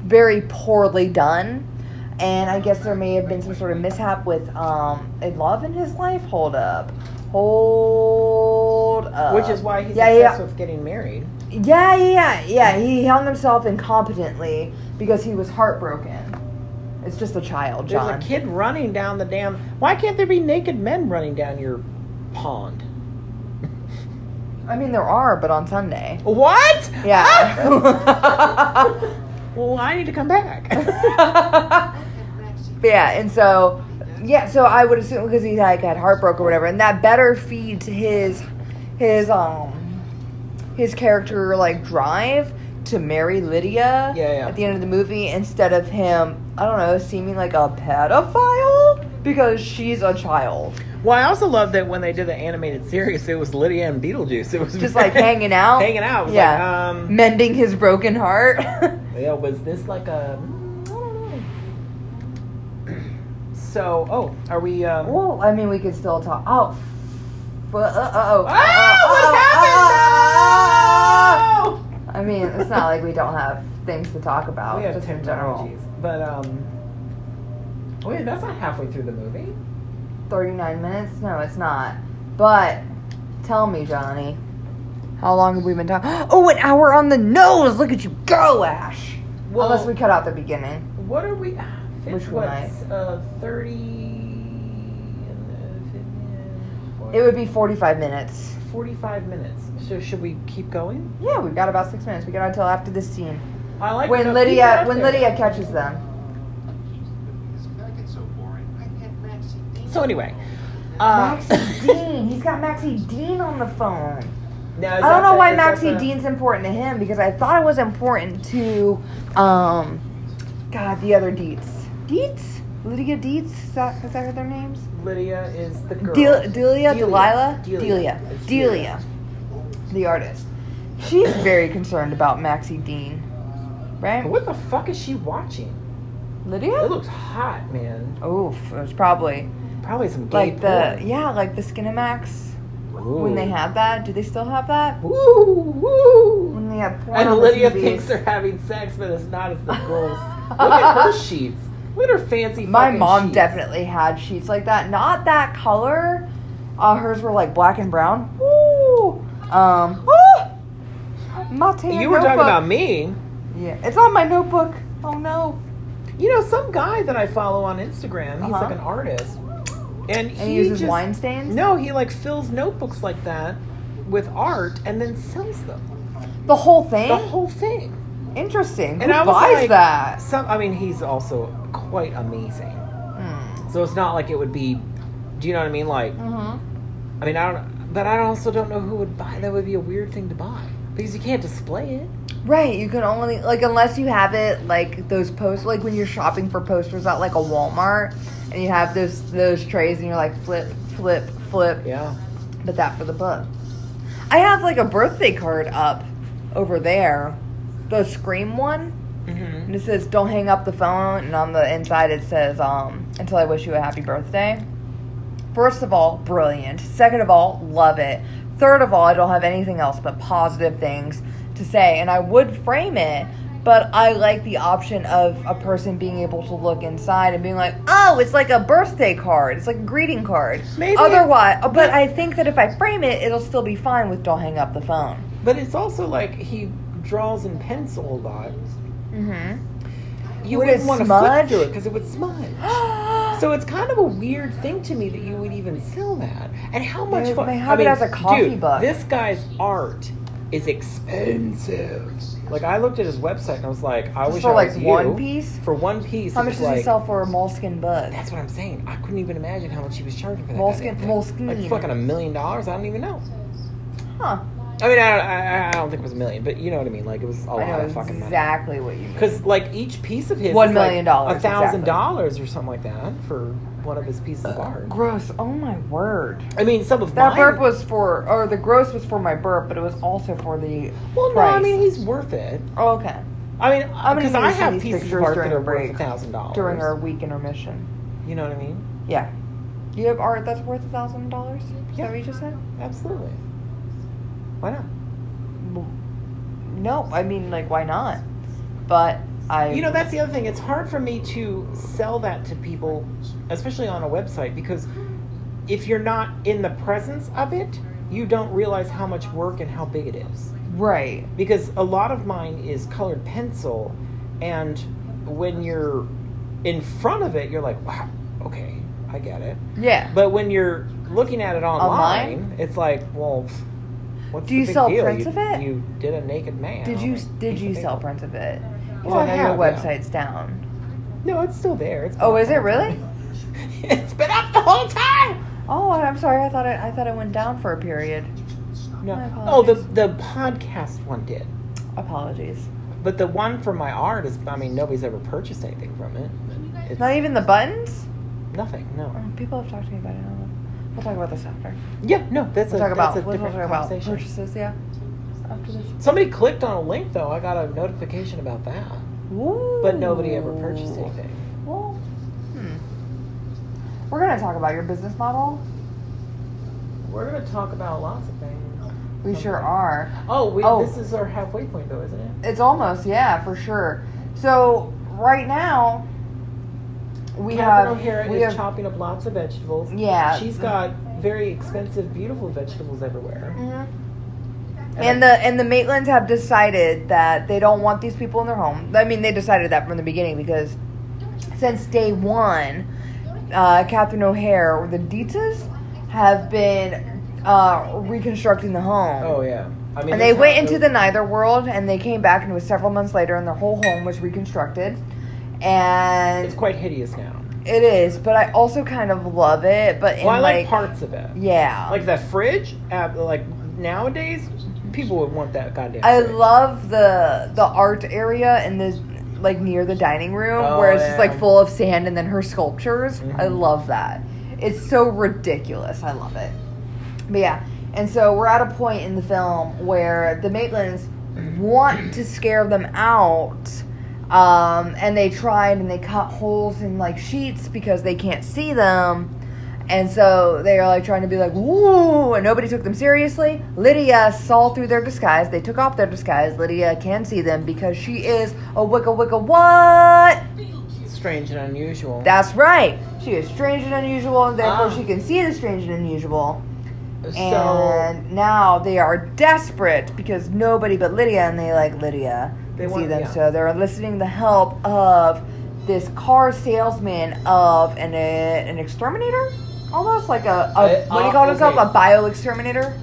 B: very poorly done. And I guess there may have been some sort of mishap with um, a love in his life. Hold up. Hold up.
C: Which is why he's
B: Uh, yeah,
C: obsessed
B: yeah.
C: with getting married.
B: Yeah, yeah, yeah. yeah. He hung himself incompetently because he was heartbroken. It's just a child, John.
C: There's a kid running down the damn. Why can't there be naked men running down your pond?
B: I mean, there are, but on Sunday.
C: What? Ah!
B: Yeah.
C: well, I need to come back.
B: But yeah, and so, yeah, so I would assume because he like had heartbroken or whatever, and that better feeds his, his um, his character like drive to marry Lydia.
C: Yeah, yeah.
B: At the end of the movie, instead of him, I don't know, seeming like a pedophile because she's a child,
C: well, I also love that when they did the animated series, it was Lydia and Beetlejuice. It was
B: just like hanging out,
C: hanging out. It was
B: yeah, Mm.
C: Like, um,
B: mending his broken heart.
C: Yeah, was this like a? I don't know. So, oh, are we? Um,
B: Well, I mean, we could still talk. Oh, but uh oh.
C: Ah, what happened?
B: uh, I mean, it's not like we don't have things to talk about.
C: we have
B: just in general.
C: technologies, but um, wait, that's not halfway through the movie.
B: Thirty-nine minutes? No, it's not. But tell me, Johnny, how long have we been talking? Oh, an hour on the nose. Look at you go, Ash.
C: Well-
B: Unless we cut out the beginning.
C: What are we?
B: Which
C: Which
B: one
C: was uh, thirty? and, uh,
B: It would be forty-five minutes.
C: forty-five minutes. So should we keep going?
B: Yeah, we've got about six minutes. We got until after this scene
C: I like
B: when Lydia when Lydia catches them.
C: So anyway, uh,
B: Maxie Dean. He's got Maxie Dean on the phone.
C: now,
B: I
C: is
B: don't
C: that
B: know
C: the-
B: why
C: is that
B: Maxie
C: the-
B: Dean's important to him because I thought it was important to, um, God, the other Deets. Deets? Lydia Deets? Is that, is that their names?
C: Lydia is the girl.
B: Del- Delia, Delilah? Delia.
C: Delia.
B: Delia.
C: It's
B: The artist. She's very concerned about Maxie Dean. Right?
C: What the fuck is she watching? It
B: Lydia?
C: looks hot, man.
B: Oof, it was probably
C: Probably some gay
B: like the, yeah, like the Skinemax
C: porn.
B: when they had that. Do they still have that?
C: Woo, woo.
B: When they had porn on
C: And
B: the
C: Lydia
B: TVs.
C: thinks they're having sex, but it's not. It's the girls. Look at her sheets. Look at her fancy.
B: My
C: fucking
B: mom
C: sheets.
B: definitely had sheets like that. Not that color. Uh, hers were like black and brown. Woo! Um, ah! my tan
C: You were talking
B: notebook.
C: about me.
B: Yeah, it's on my notebook. Oh no!
C: You know, some guy that I follow on Instagram. He's
B: Uh-huh.
C: like an artist, and he,
B: And he uses
C: just,
B: wine stains.
C: No, he like fills notebooks like that with art and then sells them.
B: The whole thing.
C: The whole thing.
B: Interesting.
C: And
B: Who
C: I was
B: buys
C: like,
B: that?
C: Some, I mean, he's also quite amazing.
B: Mm.
C: Mm-hmm. So it's not like it would be. Do you know what I mean? Like,
B: Mhm.
C: I mean, I don't. But I also don't know who would buy. That would be a weird thing to buy because you can't display it.
B: Right, you can only like unless you have it like those posts like when you're shopping for posters at like a Walmart and you have those those trays and you're like flip, flip, flip.
C: Yeah.
B: But that for the book. I have like a birthday card up over there. The scream one.
C: Mm-hmm.
B: And it says don't hang up the phone and on the inside it says, um, until I wish you a happy birthday. First of all, brilliant. Second of all, love it. Third of all, I don't have anything else but positive things to say, and I would frame it, but I like the option of a person being able to look inside and being like, "Oh, it's like a birthday card. It's like a greeting card."
C: Maybe-
B: Otherwise, but I think that if I frame it, it'll still be fine with "Don't hang up the phone."
C: But it's also like he draws in pencil a lot.
B: Mm-hmm.
C: You
B: Would
C: wouldn't
B: it
C: want to
B: smudge?
C: flip through it because it would smudge. So it's kind of a weird thing to me that you would even sell that. And how much
B: Dude,
C: fun?
B: my hubby has a coffee
C: dude,
B: book.
C: This guy's art is expensive. Like I looked at his website and I was like, I wish
B: for
C: I
B: like
C: was you.
B: one piece.
C: For one piece,
B: How
C: it
B: much
C: was
B: does
C: like,
B: he sell for a moleskin book?
C: That's what I'm saying. I couldn't even imagine how much he was charging for that.
B: Moleskine-
C: goddamn thing.
B: Moleskine.
C: Like fucking a million dollars. I don't even know.
B: Huh?
C: I mean, I, I, I don't think it was a million, but you know what I mean. Like it was a lot
B: I know
C: of fucking money.
B: exactly what you mean.
C: Because like each piece of his,
B: One
C: is,
B: million
C: like,
B: dollars,
C: a thousand
B: exactly.
C: dollars or something like that for one of his pieces of art.
B: Gross. Oh my word.
C: I mean, some of
B: That
C: mine-
B: burp was for, or the gross was for my burp, but it was also for the
C: Well, no,
B: price.
C: I mean he's worth it.
B: oh, okay.
C: I mean,
B: I'm gonna
C: because
B: need
C: I
B: to see
C: have
B: these
C: pieces of
B: pictures
C: art
B: during
C: that are
B: the
C: worth a
B: break.
C: thousand dollars
B: During our week intermission.
C: You know what I mean?
B: Yeah. You have art that's worth a thousand dollars. Is that what you just said?
C: Absolutely. Why not?
B: No, I mean like why not? But I.
C: You know, that's the other thing. It's hard for me to sell that to people, especially on a website, because if you're not in the presence of it, you don't realize how much work and how big it is.
B: right.
C: Because a lot of mine is colored pencil, and when you're in front of it, you're like, wow, okay, I get it.
B: Yeah.
C: But when you're looking at it online,
B: Online?
C: it's like, well, pff, what's
B: Do
C: the
B: you
C: big
B: sell
C: deal?
B: prints
C: you,
B: of it?
C: You did a naked man.
B: did
C: on
B: you
C: a
B: did
C: piece
B: you
C: of
B: sell
C: paper.
B: prints of it? 'Cause
C: Well, I
B: I know your
C: have, Oh, yeah.
B: website's down.
C: No, it's still there. It's
B: Oh,
C: been
B: is
C: up
B: it
C: the whole
B: really?
C: time. it's been up the whole time.
B: Oh, I'm sorry. I thought it, I thought it went down for a period. My
C: No.
B: apologies.
C: Oh, the the podcast one did,
B: Apologies.
C: but the one for my art is. I mean, nobody's ever purchased anything from it. It's
B: Not even the buttons.
C: nothing. No.
B: Um, people have talked to me about it. I don't know. We'll talk about this after.
C: Yeah. No. That's
B: We'll
C: a
B: talk about
C: that's a
B: we'll
C: different
B: talk about
C: conversation.
B: purchases. Yeah. After this.
C: Somebody clicked on a link though. I got a notification about that, but nobody ever purchased
B: Ooh.
C: anything.
B: Well, hmm. We're gonna talk about your business model.
C: We're gonna talk about lots of things.
B: We sure are.
C: Oh, we,
B: Oh.
C: this is our halfway point though, isn't it?
B: It's almost yeah, for sure. So right now, we
C: Catherine
B: have
C: O'Hara
B: we
C: is
B: have
C: chopping up lots of vegetables.
B: yeah.
C: She's got very expensive, beautiful vegetables everywhere.
B: Mhm. And the and the Maitlands have decided that they don't want these people in their home. I mean, they decided that from the beginning because since day one, uh, Catherine O'Hare or the Ditas have been uh, reconstructing the home.
C: Oh yeah. I mean,
B: and they
C: that's
B: went
C: how
B: into
C: it
B: the
C: goes.
B: neither world, and they came back, and it was several months later, and their whole home was reconstructed. And
C: It's quite hideous now.
B: it is, but I also kind of love it. But in
C: Well, I like,
B: like,
C: parts of it.
B: yeah,
C: Like that fridge. Uh, like nowadays, people would want that goddamn.
B: I
C: fridge.
B: love the the art area and the like near the dining room
C: Oh,
B: where it's just like
C: yeah.
B: full of sand and then her sculptures. I
C: Mhm.
B: love that. It's so ridiculous. I love it. But yeah, and so we're at a point in the film where the Maitlands want to scare them out. Um, and they tried and they cut holes in like sheets because they can't see them. And so they are like trying to be like, woo, and nobody took them seriously. Lydia saw through their disguise. They took off their disguise. Lydia can see them because she is a wicka wicka what?
C: strange and unusual.
B: That's right. She is strange and unusual, and therefore
C: Ah.
B: she can see the strange and unusual.
C: so
B: And now they are desperate because nobody but Lydia and they like Lydia
C: They
B: can see
C: want-
B: them.
C: yeah.
B: So they're enlisting the help of this car salesman of an eh, an exterminator, almost like a, a
C: Uh,
B: what do
C: uh,
B: you call himself?
C: okay.
B: A bio exterminator.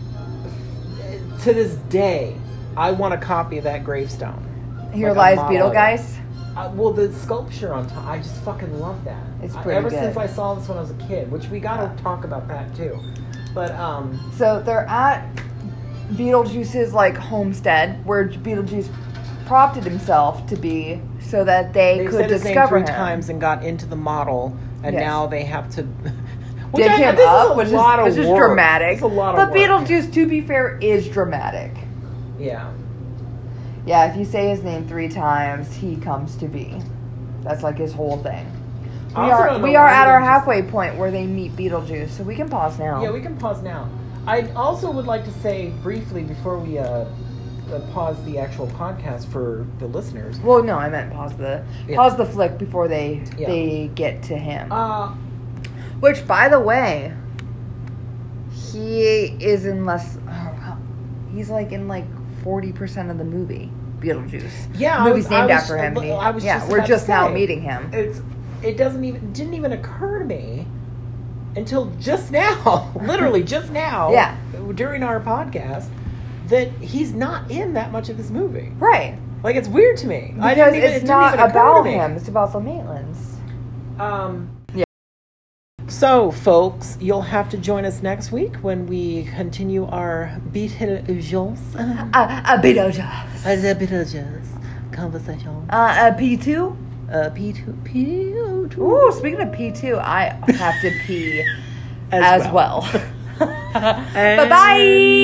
C: to this day, I want a copy of that gravestone.
B: Here
C: Like a
B: lies
C: model.
B: Beetle Guys.
C: Uh, well, the sculpture on top, I just fucking love that.
B: It's
C: I-
B: pretty
C: ever
B: good.
C: since I saw this when I was a kid, which we gotta talk about that too. But um,
B: So they're at Beetlejuice's like homestead where Beetlejuice prompted himself to be so that they,
C: they
B: could
C: said his name
B: discover
C: three
B: him.
C: times and got into the model, and
B: Yes.
C: now they have to.
B: Dig
C: I-
B: him
C: this
B: up,
C: is a
B: which is,
C: lot of
B: which is
C: work.
B: dramatic.
C: It's a lot of
B: but
C: work.
B: Beetlejuice, to be fair, is dramatic.
C: Yeah.
B: Yeah, if you say his name three times, he comes to be. That's like his whole thing. We
C: I also
B: are,
C: don't know
B: we are
C: why
B: at
C: they
B: our
C: just-
B: halfway point where they meet Beetlejuice, so we can pause now.
C: Yeah, we can pause now. I also would like to say briefly before we uh, uh, pause the actual podcast for the listeners.
B: well, no, I meant pause the
C: Yeah.
B: pause the flick before they
C: Yeah.
B: they get to him.
C: Uh,
B: Which, by the way, he is in less. oh, he's like in like forty percent of the movie. Beetlejuice.
C: yeah,
B: the
C: I
B: movie's
C: was,
B: named
C: I was,
B: after him.
C: I was
B: yeah,
C: just
B: we're
C: about to
B: just now
C: say,
B: meeting him.
C: It's it doesn't even didn't even occur to me until just now, literally just now.
B: Yeah.
C: during our podcast, that he's not in that much of this movie.
B: Right,
C: Like it's weird to me. I
B: because
C: didn't even, it
B: it's
C: didn't
B: not
C: even occur to
B: about
C: me.
B: him; it's about the Maitlands.
C: Um,
B: Yeah.
C: So, folks, you'll have to join us next week when we continue our Beetlejuice,
B: Uh, a Beetlejuice.
C: uh, the Beetlejuice conversation.
B: Uh, a P two.
C: Uh, Beetle- Beetlejuice.
B: Ooh, speaking of P two, I have to pee as, well. Bye
C: And-
B: bye.